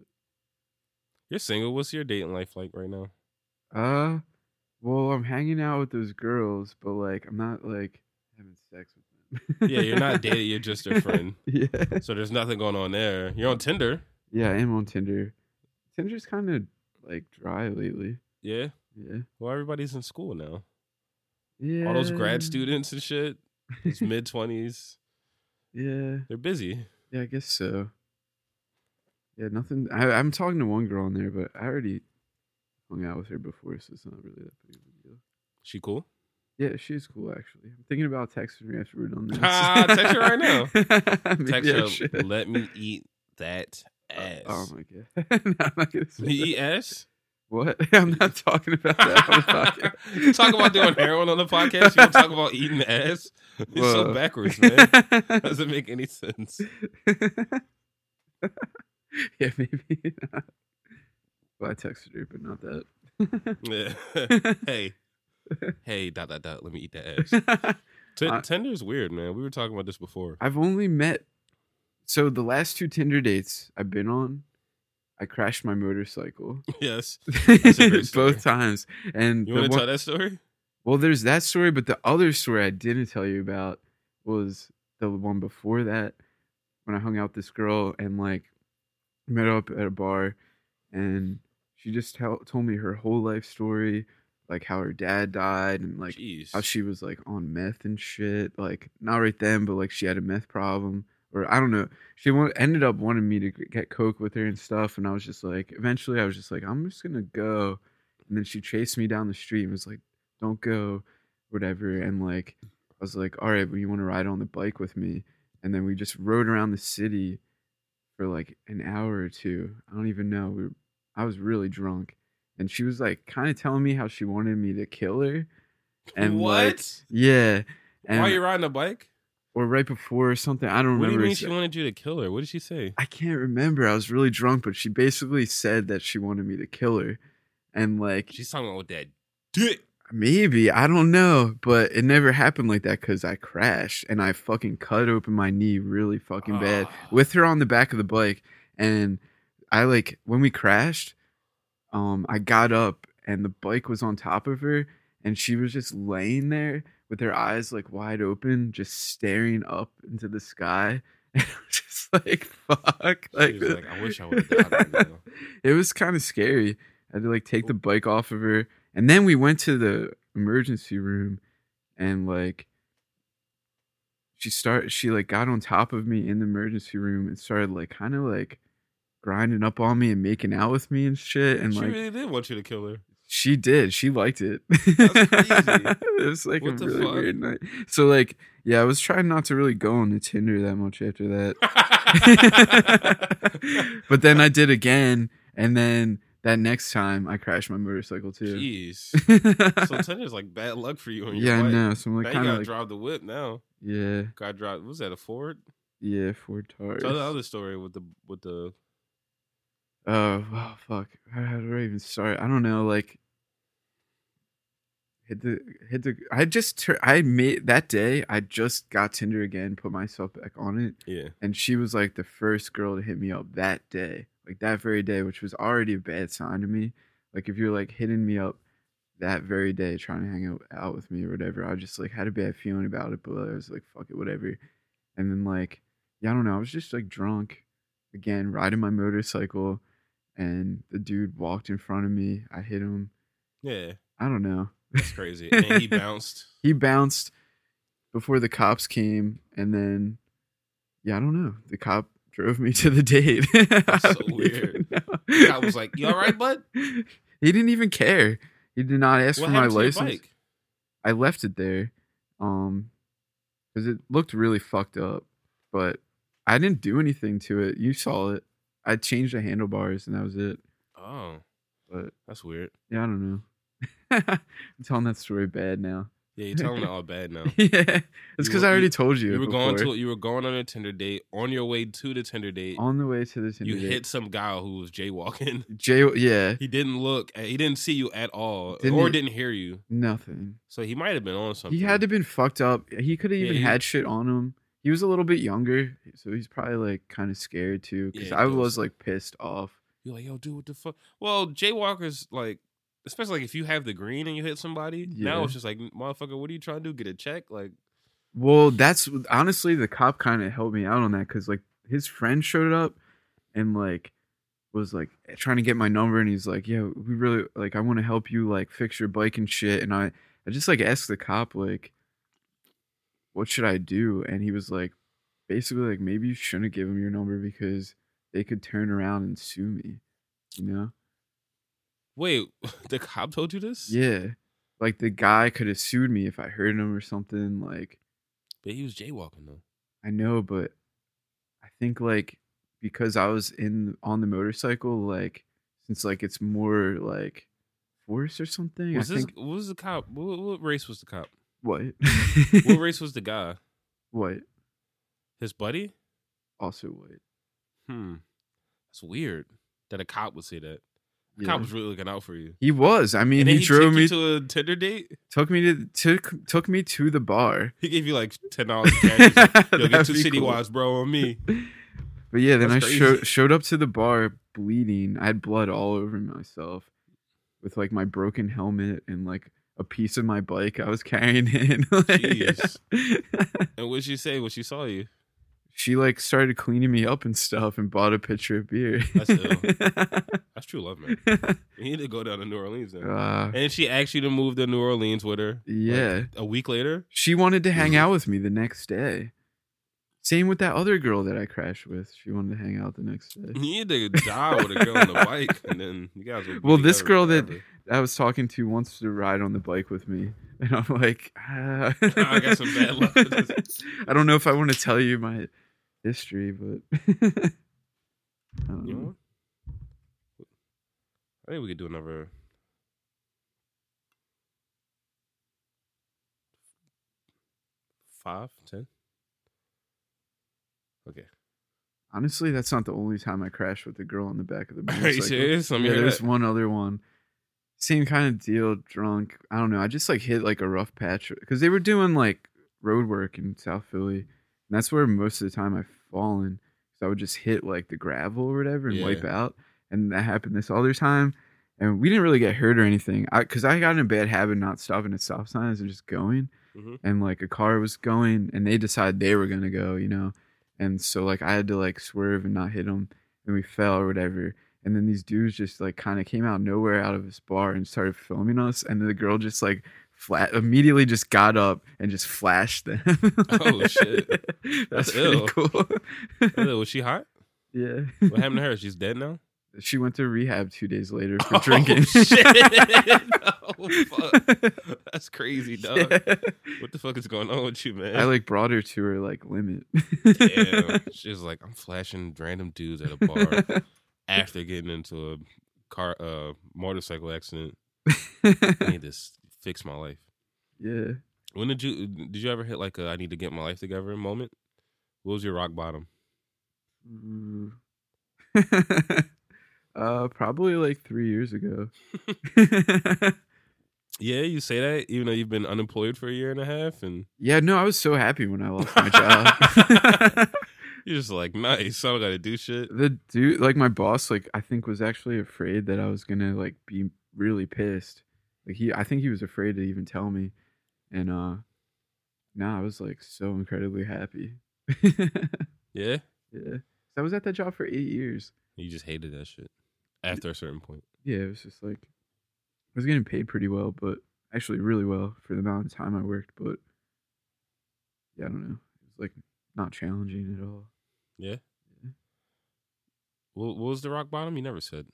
Speaker 3: You're single. What's your dating life like right now?
Speaker 4: uh, well, I'm hanging out with those girls, but like, I'm not like having sex with them.
Speaker 3: Yeah, you're not dating. You're just a friend.
Speaker 4: yeah,
Speaker 3: So there's nothing going on there. You're on Tinder.
Speaker 4: yeah, I am on Tinder. Tinder's kind of like dry lately.
Speaker 3: Yeah.
Speaker 4: Yeah,
Speaker 3: Well, everybody's in school now.
Speaker 4: yeah.
Speaker 3: All those grad students and shit. It's mid twenties.
Speaker 4: Yeah,
Speaker 3: They're busy.
Speaker 4: yeah, I guess so. Yeah, nothing. I, I'm talking to one girl on there, but I already hung out with her before, so it's not really that big of a deal.
Speaker 3: She cool.
Speaker 4: Yeah, she's cool actually. I'm thinking about texting her after we're done this.
Speaker 3: Ah, text her right now.
Speaker 4: now.
Speaker 3: Text
Speaker 4: I
Speaker 3: her.
Speaker 4: should.
Speaker 3: Let me eat that ass.
Speaker 4: Oh my god. no, I'm not gonna say
Speaker 3: You
Speaker 4: that.
Speaker 3: eat ass?
Speaker 4: What? I'm not talking about that. on the podcast.
Speaker 3: talk about doing heroin on the podcast. You don't talk about eating ass. It's so
Speaker 4: Whoa.
Speaker 3: backwards, man. Doesn't make any sense.
Speaker 4: yeah, maybe. Not. Well, I texted her, but not that.
Speaker 3: Yeah. hey, hey, dot dot dot. Let me eat that ass. T-
Speaker 4: I-
Speaker 3: Tinder's weird, man. We were talking about this before.
Speaker 4: I've only met. So the last two Tinder dates I've been on, I crashed my motorcycle
Speaker 3: yes. a great story.
Speaker 4: both times, and
Speaker 3: You
Speaker 4: the
Speaker 3: want to
Speaker 4: one-
Speaker 3: tell that story?
Speaker 4: Well, there's that story, but the other story I didn't tell you about was the one before that when I hung out with this girl and like met up at a bar and she just tell, told me her whole life story, like how her dad died and like
Speaker 3: Jeez.
Speaker 4: how she was like on meth and shit. Like not right then, but like she had a meth problem, or I don't know. She wa- ended up wanting me to g- get coke with her and stuff, and I was just like, eventually, I was just like, I'm just gonna go. And then she chased me down the street and was like, Don't go, whatever. And like, I was like, All right, well, you want to ride on the bike with me? And then we just rode around the city for like an hour or two. I don't even know. We were, I was really drunk. And she was like kind of telling me how she wanted me to kill her. And
Speaker 3: what?
Speaker 4: like, yeah. And
Speaker 3: While you're riding a bike?
Speaker 4: or right before or something. I don't
Speaker 3: What do you
Speaker 4: remember.
Speaker 3: mean she
Speaker 4: exa-
Speaker 3: wanted you to kill her? What did she say?
Speaker 4: I can't remember. I was really drunk, but she basically said that she wanted me to kill her. And like
Speaker 3: She's talking about that dick.
Speaker 4: maybe, I don't know, but it never happened like that cuz I crashed and I fucking cut open my knee really fucking bad
Speaker 3: Ah.
Speaker 4: with her on the back of the bike and I like when we crashed um I got up and the bike was on top of her and she was just laying there with her eyes like wide open, just staring up into the sky. And I was just like, fuck. Like,
Speaker 3: She was like, I wish I would have died right now.
Speaker 4: it was kind of scary. I had to like take the bike off of her. And then we went to the emergency room and like she start she like got on top of me in the emergency room and started like kind of like grinding up on me and making out with me and shit and
Speaker 3: she
Speaker 4: like
Speaker 3: really did want you to kill her.
Speaker 4: she did. She liked it.
Speaker 3: That's
Speaker 4: it was like
Speaker 3: What
Speaker 4: a
Speaker 3: the
Speaker 4: really
Speaker 3: fuck?
Speaker 4: weird night. So like, yeah, I was trying not to really go on the Tinder that much after that. but then I did again, and then that next time I crashed my motorcycle too.
Speaker 3: Jeez. so Tinder's like bad luck for you and your
Speaker 4: yeah, I
Speaker 3: wife.
Speaker 4: know. So I'm
Speaker 3: now
Speaker 4: like
Speaker 3: you
Speaker 4: kind
Speaker 3: gotta
Speaker 4: of like,
Speaker 3: drive the whip now.
Speaker 4: yeah,
Speaker 3: Gotta drive. What was that a Ford?
Speaker 4: yeah, Ford Taurus.
Speaker 3: Tell the other story with the with the.
Speaker 4: Oh, wow, fuck. How, how do I even start? I don't know. Like, hit the hit the. I just tur- I made that day. I just got Tinder again, put myself back on it,
Speaker 3: Yeah.
Speaker 4: and she was like the first girl to hit me up that day, like that very day, which was already a bad sign to me. Like if you're like hitting me up that very day, trying to hang out, out with me or whatever, I just like had a bad feeling about it, but I was like, fuck it, whatever. And then like, yeah, I don't know, I was just like drunk again, riding my motorcycle, and the dude walked in front of me. I hit him.
Speaker 3: Yeah.
Speaker 4: I don't know.
Speaker 3: That's crazy. and then he bounced.
Speaker 4: He bounced before the cops came, and then yeah, I don't know. The cop drove me to the date. That's
Speaker 3: so weird. The guy was like, "You all right, bud?"
Speaker 4: He didn't even care. He did not ask
Speaker 3: What
Speaker 4: for my
Speaker 3: happened to your
Speaker 4: license.
Speaker 3: bike?
Speaker 4: I left it there, um, because it looked really fucked up. But I didn't do anything to it. You saw it. I changed the handlebars, and that was it.
Speaker 3: Oh,
Speaker 4: But
Speaker 3: that's weird.
Speaker 4: yeah, I don't know. I'm telling that story bad now.
Speaker 3: Yeah, you're telling it all bad now.
Speaker 4: yeah, it's
Speaker 3: You
Speaker 4: because
Speaker 3: were-
Speaker 4: I already
Speaker 3: you-
Speaker 4: told you.
Speaker 3: You
Speaker 4: it
Speaker 3: were going
Speaker 4: before.
Speaker 3: to you were going on a Tinder date. On your way to the Tinder date,
Speaker 4: on the way to the Tinder
Speaker 3: you
Speaker 4: date.
Speaker 3: hit some guy who was jaywalking.
Speaker 4: Jay. Yeah,
Speaker 3: He didn't look. eh, He didn't see you at all,
Speaker 4: Didn't
Speaker 3: or
Speaker 4: he-
Speaker 3: didn't hear you.
Speaker 4: nothing.
Speaker 3: So he might have been on something.
Speaker 4: He had to been fucked up. He could have
Speaker 3: Yeah,
Speaker 4: even
Speaker 3: he-
Speaker 4: had shit on him. He was a little bit younger, so he's probably like kind of scared too. Because
Speaker 3: Yeah,
Speaker 4: I
Speaker 3: he
Speaker 4: was
Speaker 3: does.
Speaker 4: like pissed off.
Speaker 3: You're like, yo, dude, what the fuck? Well, jaywalkers like, especially like if you have the green and you hit somebody. Now
Speaker 4: Yeah.
Speaker 3: it's just like, motherfucker, what are you trying to do? Get a check? Like,
Speaker 4: Well, that's honestly the cop kind of helped me out on that because like his friend showed up and like was like trying to get my number and he's like, yeah, we really like I want to help you like fix your bike and shit. And I I just like asked the cop like, what should I do? And he was like, basically like maybe you shouldn't give him your number because they could turn around and sue me, you know?
Speaker 3: wait, the cop told you this?
Speaker 4: Yeah, like the guy could have sued me if I heard him or something like.
Speaker 3: but he was jaywalking though.
Speaker 4: I know, but I think like because I was in on the motorcycle, like since like it's more like force or something.
Speaker 3: Was
Speaker 4: I
Speaker 3: this?
Speaker 4: think
Speaker 3: What was the cop? What, what race was the cop?
Speaker 4: what
Speaker 3: what race was the guy?
Speaker 4: what
Speaker 3: His buddy?
Speaker 4: also what
Speaker 3: Hmm. That's weird that a cop would say that. The
Speaker 4: yeah.
Speaker 3: cop was really looking out for you.
Speaker 4: he was. I mean,
Speaker 3: And,
Speaker 4: he,
Speaker 3: then he
Speaker 4: drove
Speaker 3: took
Speaker 4: me,
Speaker 3: you to a Tinder date.
Speaker 4: took me to took took me to the bar.
Speaker 3: He gave you like ten dollars. Yo, get
Speaker 4: That'd
Speaker 3: two
Speaker 4: be
Speaker 3: city
Speaker 4: cool.
Speaker 3: wise, bro, on me.
Speaker 4: But yeah, then
Speaker 3: That's
Speaker 4: I
Speaker 3: crazy.
Speaker 4: showed showed up to the bar bleeding. I had blood all over myself with like my broken helmet and like a piece of my bike I was carrying in. Like,
Speaker 3: Jeez. And what'd she say when she saw you?
Speaker 4: She like started cleaning me up and stuff and bought a pitcher of beer.
Speaker 3: That's That's true love, man. You need to go down to New Orleans then.
Speaker 4: uh,
Speaker 3: and she asked you to move to New Orleans with her. like,
Speaker 4: yeah.
Speaker 3: a week later.
Speaker 4: She wanted to hang out with me the next day. Same with that other girl that I crashed with. She wanted to hang out the next day.
Speaker 3: You need to die with a girl on the bike, and then you guys. Will be
Speaker 4: Well, this
Speaker 3: together
Speaker 4: girl that-
Speaker 3: forever.
Speaker 4: I was talking to wants to ride on the bike with me, and I'm like, ah.
Speaker 3: Oh, I got some bad luck with this.
Speaker 4: I don't know if I want to tell you my history, but I don't
Speaker 3: You
Speaker 4: know.
Speaker 3: know? I think we could do another. Five, ten. Okay.
Speaker 4: honestly, that's not the only time I crashed with the girl on the back of the
Speaker 3: Are
Speaker 4: motorcycle.
Speaker 3: you serious? Let me
Speaker 4: yeah,
Speaker 3: hear
Speaker 4: there's
Speaker 3: that.
Speaker 4: one other one. Same kind of deal, drunk. I don't know. I just like hit like a rough patch because they were doing like road work in South Philly. And that's where most of the time I've fallen. So I would just hit like the gravel or whatever and
Speaker 3: Yeah.
Speaker 4: wipe out. And that happened this other time. And we didn't really get hurt or anything. I Because I, got in a bad habit of not stopping at stop signs and just going.
Speaker 3: Mhm.
Speaker 4: And like a car was going and they decided they were going to go, you know. And so like I had to like swerve and not hit them. And we fell or whatever. And then these dudes just like kind of came out of nowhere out of this bar and started filming us. And then the girl just like flat immediately just got up and just flashed them.
Speaker 3: Oh, shit. That's
Speaker 4: That's, pretty
Speaker 3: ill.
Speaker 4: cool.
Speaker 3: Hello, was she hot?
Speaker 4: yeah.
Speaker 3: What happened to her? She's dead now.
Speaker 4: She went to rehab two days later for
Speaker 3: Oh,
Speaker 4: drinking.
Speaker 3: shit. Oh, fuck. That's crazy, dog.
Speaker 4: Yeah.
Speaker 3: What the fuck is going on with you, man?
Speaker 4: I like brought her to her like limit.
Speaker 3: Damn. She's like, I'm flashing random dudes at a bar after getting into a car, uh, motorcycle accident. I need to s- fix my life.
Speaker 4: yeah.
Speaker 3: When did you did you ever hit like a I need to get my life together moment? What was your rock bottom?
Speaker 4: Ooh. uh, probably like three years ago.
Speaker 3: Yeah, you say that even though you've been unemployed for a year and a half, and
Speaker 4: Yeah, no, I was so happy when I lost my job.
Speaker 3: you're just like, nice. I don't got to do shit.
Speaker 4: the dude, like my boss, like I think was actually afraid that I was gonna like be really pissed. Like he, I think he was afraid to even tell me. And uh, now I was like so incredibly happy. yeah,
Speaker 3: Yeah,
Speaker 4: I was at that job for eight years.
Speaker 3: you just hated that shit after a certain point.
Speaker 4: Yeah, it was just like I was getting paid pretty well, but actually really well for the amount of time I worked. But yeah, I don't know. It was like not challenging at all.
Speaker 3: Yeah. What, what was the rock bottom? You never said.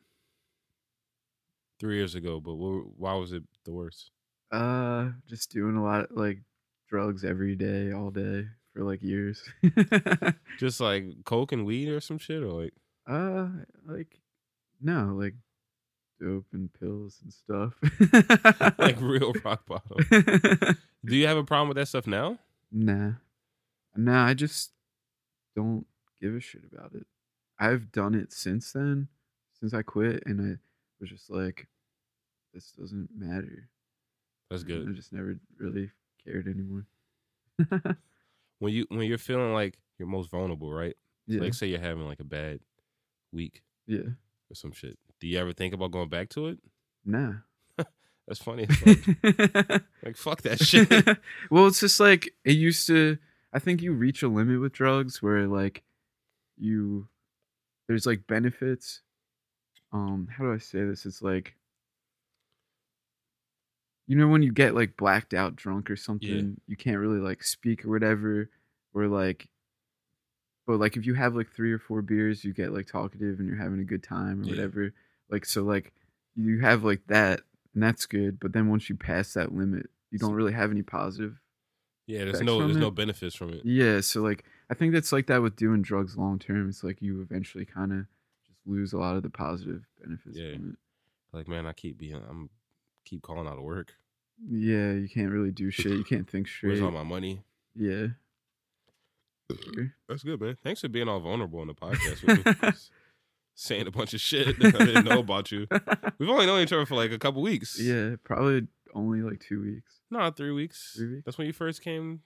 Speaker 3: Three years ago, but what, why was it the worst?
Speaker 4: Uh, just doing a lot of like drugs every day, all day for like years.
Speaker 3: Just like coke and weed or some shit, or like
Speaker 4: uh, like no, like dope and pills and stuff.
Speaker 3: like real rock bottom. Do you have a problem with that stuff now?
Speaker 4: nah, nah, I just don't give a shit about it. I've done it since then, since I quit, and I was just like, this doesn't matter.
Speaker 3: That's
Speaker 4: I
Speaker 3: good.
Speaker 4: just never really cared anymore.
Speaker 3: When you when you're feeling like you're most vulnerable, right?
Speaker 4: yeah,
Speaker 3: Like say you're having like a bad week
Speaker 4: yeah,
Speaker 3: or some shit. Do you ever think about going back to it?
Speaker 4: nah.
Speaker 3: That's funny. as fuck. like fuck that shit.
Speaker 4: well, it's just like it used to. I think you reach a limit with drugs where like you there's like benefits. Um, how do I say this? It's like you know when you get like blacked out drunk or something, you can't really like speak or whatever, or like. But like if you have like three or four beers, you get like talkative and you're having a good time or
Speaker 3: Yeah.
Speaker 4: whatever. Like so, like you have like that and that's good. But then once you pass that limit, you don't really have any positive.
Speaker 3: yeah, there's
Speaker 4: Back
Speaker 3: no
Speaker 4: from
Speaker 3: there's
Speaker 4: it?
Speaker 3: no benefits from it.
Speaker 4: Yeah, so like I think that's like that with doing drugs long term. It's like you eventually kind of just lose a lot of the positive benefits.
Speaker 3: Yeah.
Speaker 4: From it.
Speaker 3: Like man, I keep being I'm keep calling out of work.
Speaker 4: Yeah, you can't really do shit. You can't think straight.
Speaker 3: Where's all my money?
Speaker 4: yeah.
Speaker 3: That's good, man. Thanks for being all vulnerable on the podcast with me. Just Saying a bunch of shit that I didn't know about you. We've only known each other for like a couple weeks.
Speaker 4: Yeah, probably only like two weeks.
Speaker 3: No, three weeks.
Speaker 4: Three weeks?
Speaker 3: That's when you first came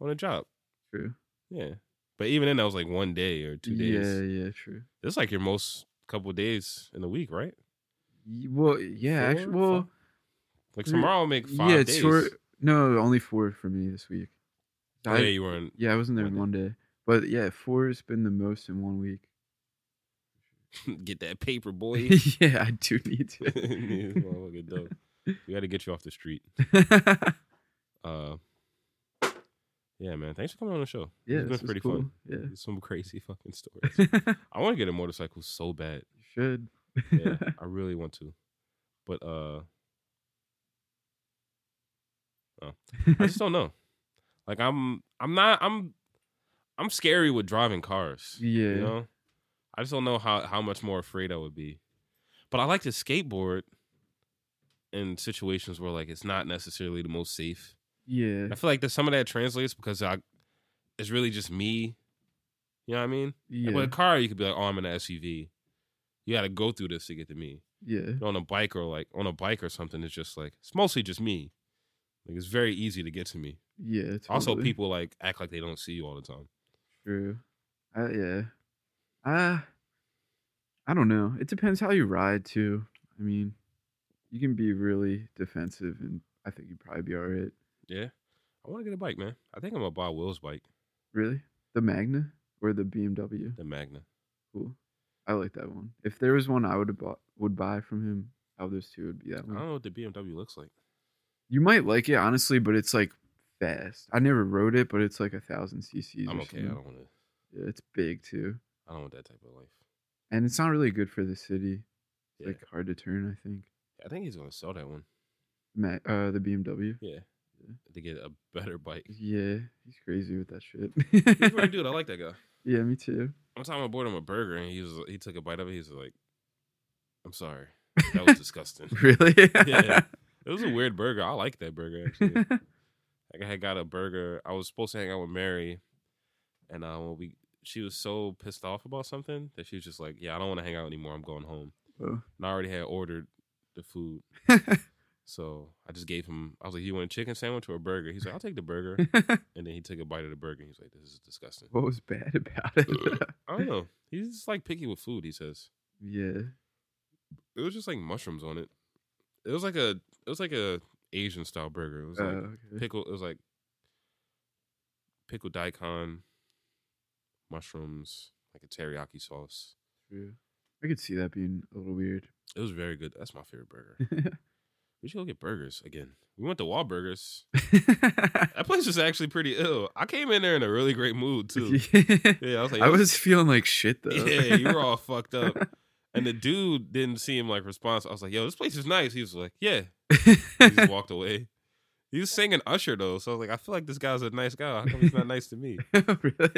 Speaker 3: on a job.
Speaker 4: True.
Speaker 3: Yeah. But even then, that was like one day or two days.
Speaker 4: Yeah, yeah, true.
Speaker 3: That's like your most couple days in the week, right?
Speaker 4: Y- Well, yeah,
Speaker 3: Four,
Speaker 4: actually, well,
Speaker 3: Like
Speaker 4: Three-
Speaker 3: tomorrow I'll make five
Speaker 4: yeah, it's
Speaker 3: days.
Speaker 4: four. No, only four for me this week.
Speaker 3: Oh,
Speaker 4: I-
Speaker 3: yeah, you were in.
Speaker 4: Yeah, I wasn't there
Speaker 3: One
Speaker 4: in one day. But yeah, four has been the most in one week.
Speaker 3: Get that paper, boy.
Speaker 4: yeah, I do need
Speaker 3: Yeah, this motherfucker dope. We got to get you off the street.
Speaker 4: to.
Speaker 3: Uh, yeah, man. Thanks for coming on the show.
Speaker 4: yeah,
Speaker 3: it's been
Speaker 4: this was
Speaker 3: pretty
Speaker 4: cool.
Speaker 3: fun.
Speaker 4: Yeah,
Speaker 3: Some crazy fucking stories.
Speaker 4: you
Speaker 3: I want to get a motorcycle so bad.
Speaker 4: should.
Speaker 3: Yeah, I really want to. But uh oh, I just don't know. Like I'm I'm not I'm I'm scary with driving cars.
Speaker 4: Yeah.
Speaker 3: You know? I just don't know how how much more afraid I would be. But I like to skateboard in situations where like it's not necessarily the most safe.
Speaker 4: yeah,
Speaker 3: I feel like there's some of that translates because I it's really just me. You know what I mean?
Speaker 4: yeah,
Speaker 3: With a car, you could be like, "Oh, I'm in an SUV." You got to go through this to get to me.
Speaker 4: yeah,
Speaker 3: But on a bike or like on a bike or something, it's just like it's mostly just me. Like it's very easy to get to me.
Speaker 4: yeah.
Speaker 3: Also,
Speaker 4: totally.
Speaker 3: people like act like they don't see you all the time.
Speaker 4: True. Uh, yeah. Uh, I don't know. It depends how you ride too. I mean, you can be really defensive, and I think you'd probably be all right.
Speaker 3: Yeah, I want to get a bike, man. I think I'm gonna buy Will's bike,
Speaker 4: Really, the Magna or the BMW?
Speaker 3: the Magna.
Speaker 4: Cool. I like that one. If there was one I would have bought would buy from him, out of those two would be that
Speaker 3: I
Speaker 4: one.
Speaker 3: don't know what the BMW looks like.
Speaker 4: You might like it honestly, but it's like fast. I never rode it, but it's like a thousand CCs.
Speaker 3: I'm
Speaker 4: or
Speaker 3: okay. I
Speaker 4: something.
Speaker 3: don't want to.
Speaker 4: Yeah, it's big too.
Speaker 3: I don't want that type of life.
Speaker 4: And it's not really good for the city. It's
Speaker 3: Yeah.
Speaker 4: like hard to turn, I think.
Speaker 3: I think he's gonna sell that one.
Speaker 4: Ma- uh the BMW.
Speaker 3: Yeah, to get a better bike.
Speaker 4: Yeah, he's crazy with that shit.
Speaker 3: He's a great dude. I like that guy.
Speaker 4: yeah, me too.
Speaker 3: One time I bought him a burger and he was he took a bite of it. He was like, "I'm sorry, that was disgusting."
Speaker 4: Really?
Speaker 3: Yeah. It was a weird burger. I like that burger actually. like I had got a burger. I was supposed to hang out with Mary, and uh, when we she was so pissed off about something that she was just
Speaker 4: Oh.
Speaker 3: like, "Yeah, I don't want to hang out anymore. I'm going home."
Speaker 4: Whoa.
Speaker 3: And I already had ordered the food, So I just gave him. I was like, "You want a chicken sandwich or a burger?" He's like, "I'll take the burger." and then he took a bite of the burger. and He's like, "This is disgusting."
Speaker 4: what was bad about it?
Speaker 3: I don't know. He's just like picky with food. He says
Speaker 4: yeah.
Speaker 3: it was just like mushrooms on it. It was like a it was like a Asian style burger. It was
Speaker 4: Uh,
Speaker 3: like
Speaker 4: okay.
Speaker 3: pickle. It was like pickled daikon, mushrooms, like a teriyaki sauce.
Speaker 4: True. I could see that being a little weird.
Speaker 3: It was very good. That's my favorite burger. We should go get burgers again. We went to Wahlburgers. That place was actually pretty ill. I came in there in a really great mood too. Yeah, I was like,
Speaker 4: I was feeling like shit though.
Speaker 3: yeah, you were all fucked up. And the dude didn't seem like responsive. I was like, yo, this place is nice. He was like, yeah. He just walked away. He was singing Usher though, so I was like, I feel like this guy's a nice guy. How come he's not nice to me?
Speaker 4: Really?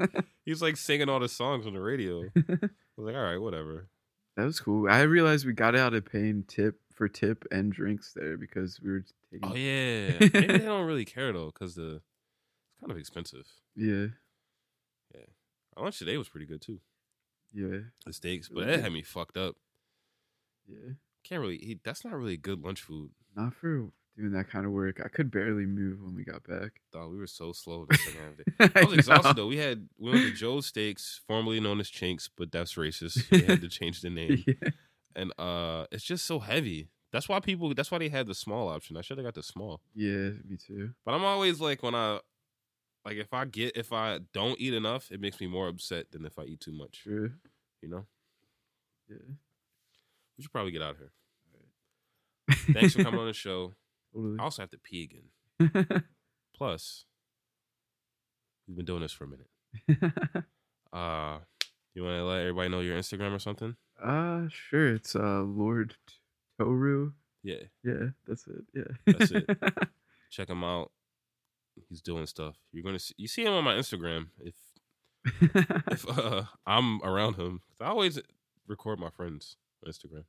Speaker 3: Yeah, he was like singing all the songs on the radio. I was like, all right, whatever.
Speaker 4: That was cool. I realized we got out of paying tip for tip and drinks there because we were taking.
Speaker 3: Oh yeah, maybe they don't really care though, cause the it's kind of expensive.
Speaker 4: yeah.
Speaker 3: I lunch today was pretty good too.
Speaker 4: Yeah.
Speaker 3: The steaks,
Speaker 4: Really
Speaker 3: but that
Speaker 4: good.
Speaker 3: had me fucked up.
Speaker 4: Yeah.
Speaker 3: Can't really eat. That's not really good lunch food.
Speaker 4: Not for doing that kind of work. I could barely move when we got back.
Speaker 3: Dog, we were so slow. The second half of the day. I was exhausted though. We had we went to Joe's Steaks, formerly known as Chinks, but that's racist. We had to change the
Speaker 4: know.
Speaker 3: name.
Speaker 4: Yeah.
Speaker 3: And uh, it's just so heavy. That's why people. That's why they had the small option. I should have got the small.
Speaker 4: yeah, me too.
Speaker 3: But I'm always like when I like if I get if I don't eat enough, it makes me more upset than if I eat too much.
Speaker 4: True.
Speaker 3: You know,
Speaker 4: Yeah.
Speaker 3: we should probably get out of here. Thanks for coming on the show.
Speaker 4: Totally.
Speaker 3: I also have to pee again. Plus, we've been doing this for a minute. Uh, you want to let everybody know your Instagram or something?
Speaker 4: uh, sure. It's uh Lord Toru.
Speaker 3: Yeah,
Speaker 4: Yeah, that's it. Yeah.
Speaker 3: That's it. check him out. He's doing stuff. You're gonna see, you see him on my Instagram if if uh, I'm around him. I always record my friends on Instagram.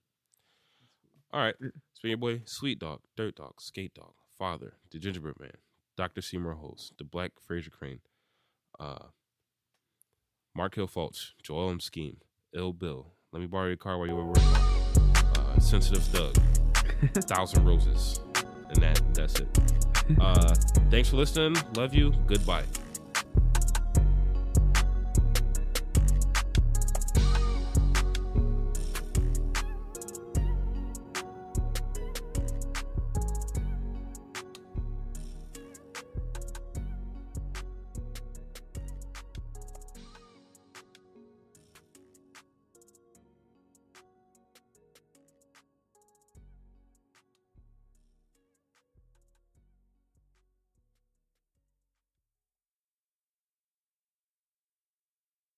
Speaker 3: All right.
Speaker 4: Yeah.
Speaker 3: It's been your boy, Sweet Dog, Dirt Dog, Skate Dog, Father, The Gingerbread Man, Dr. Seymour Holes, The Black Fraser Crane, uh, Mark Hill Fultz, Joel M. Scheme, Ill Bill, Let Me Borrow Your Car While You Were Working, uh, Sensitive Thug, Thousand Roses, and that that's it. Uh, thanks for listening. Love you. Goodbye.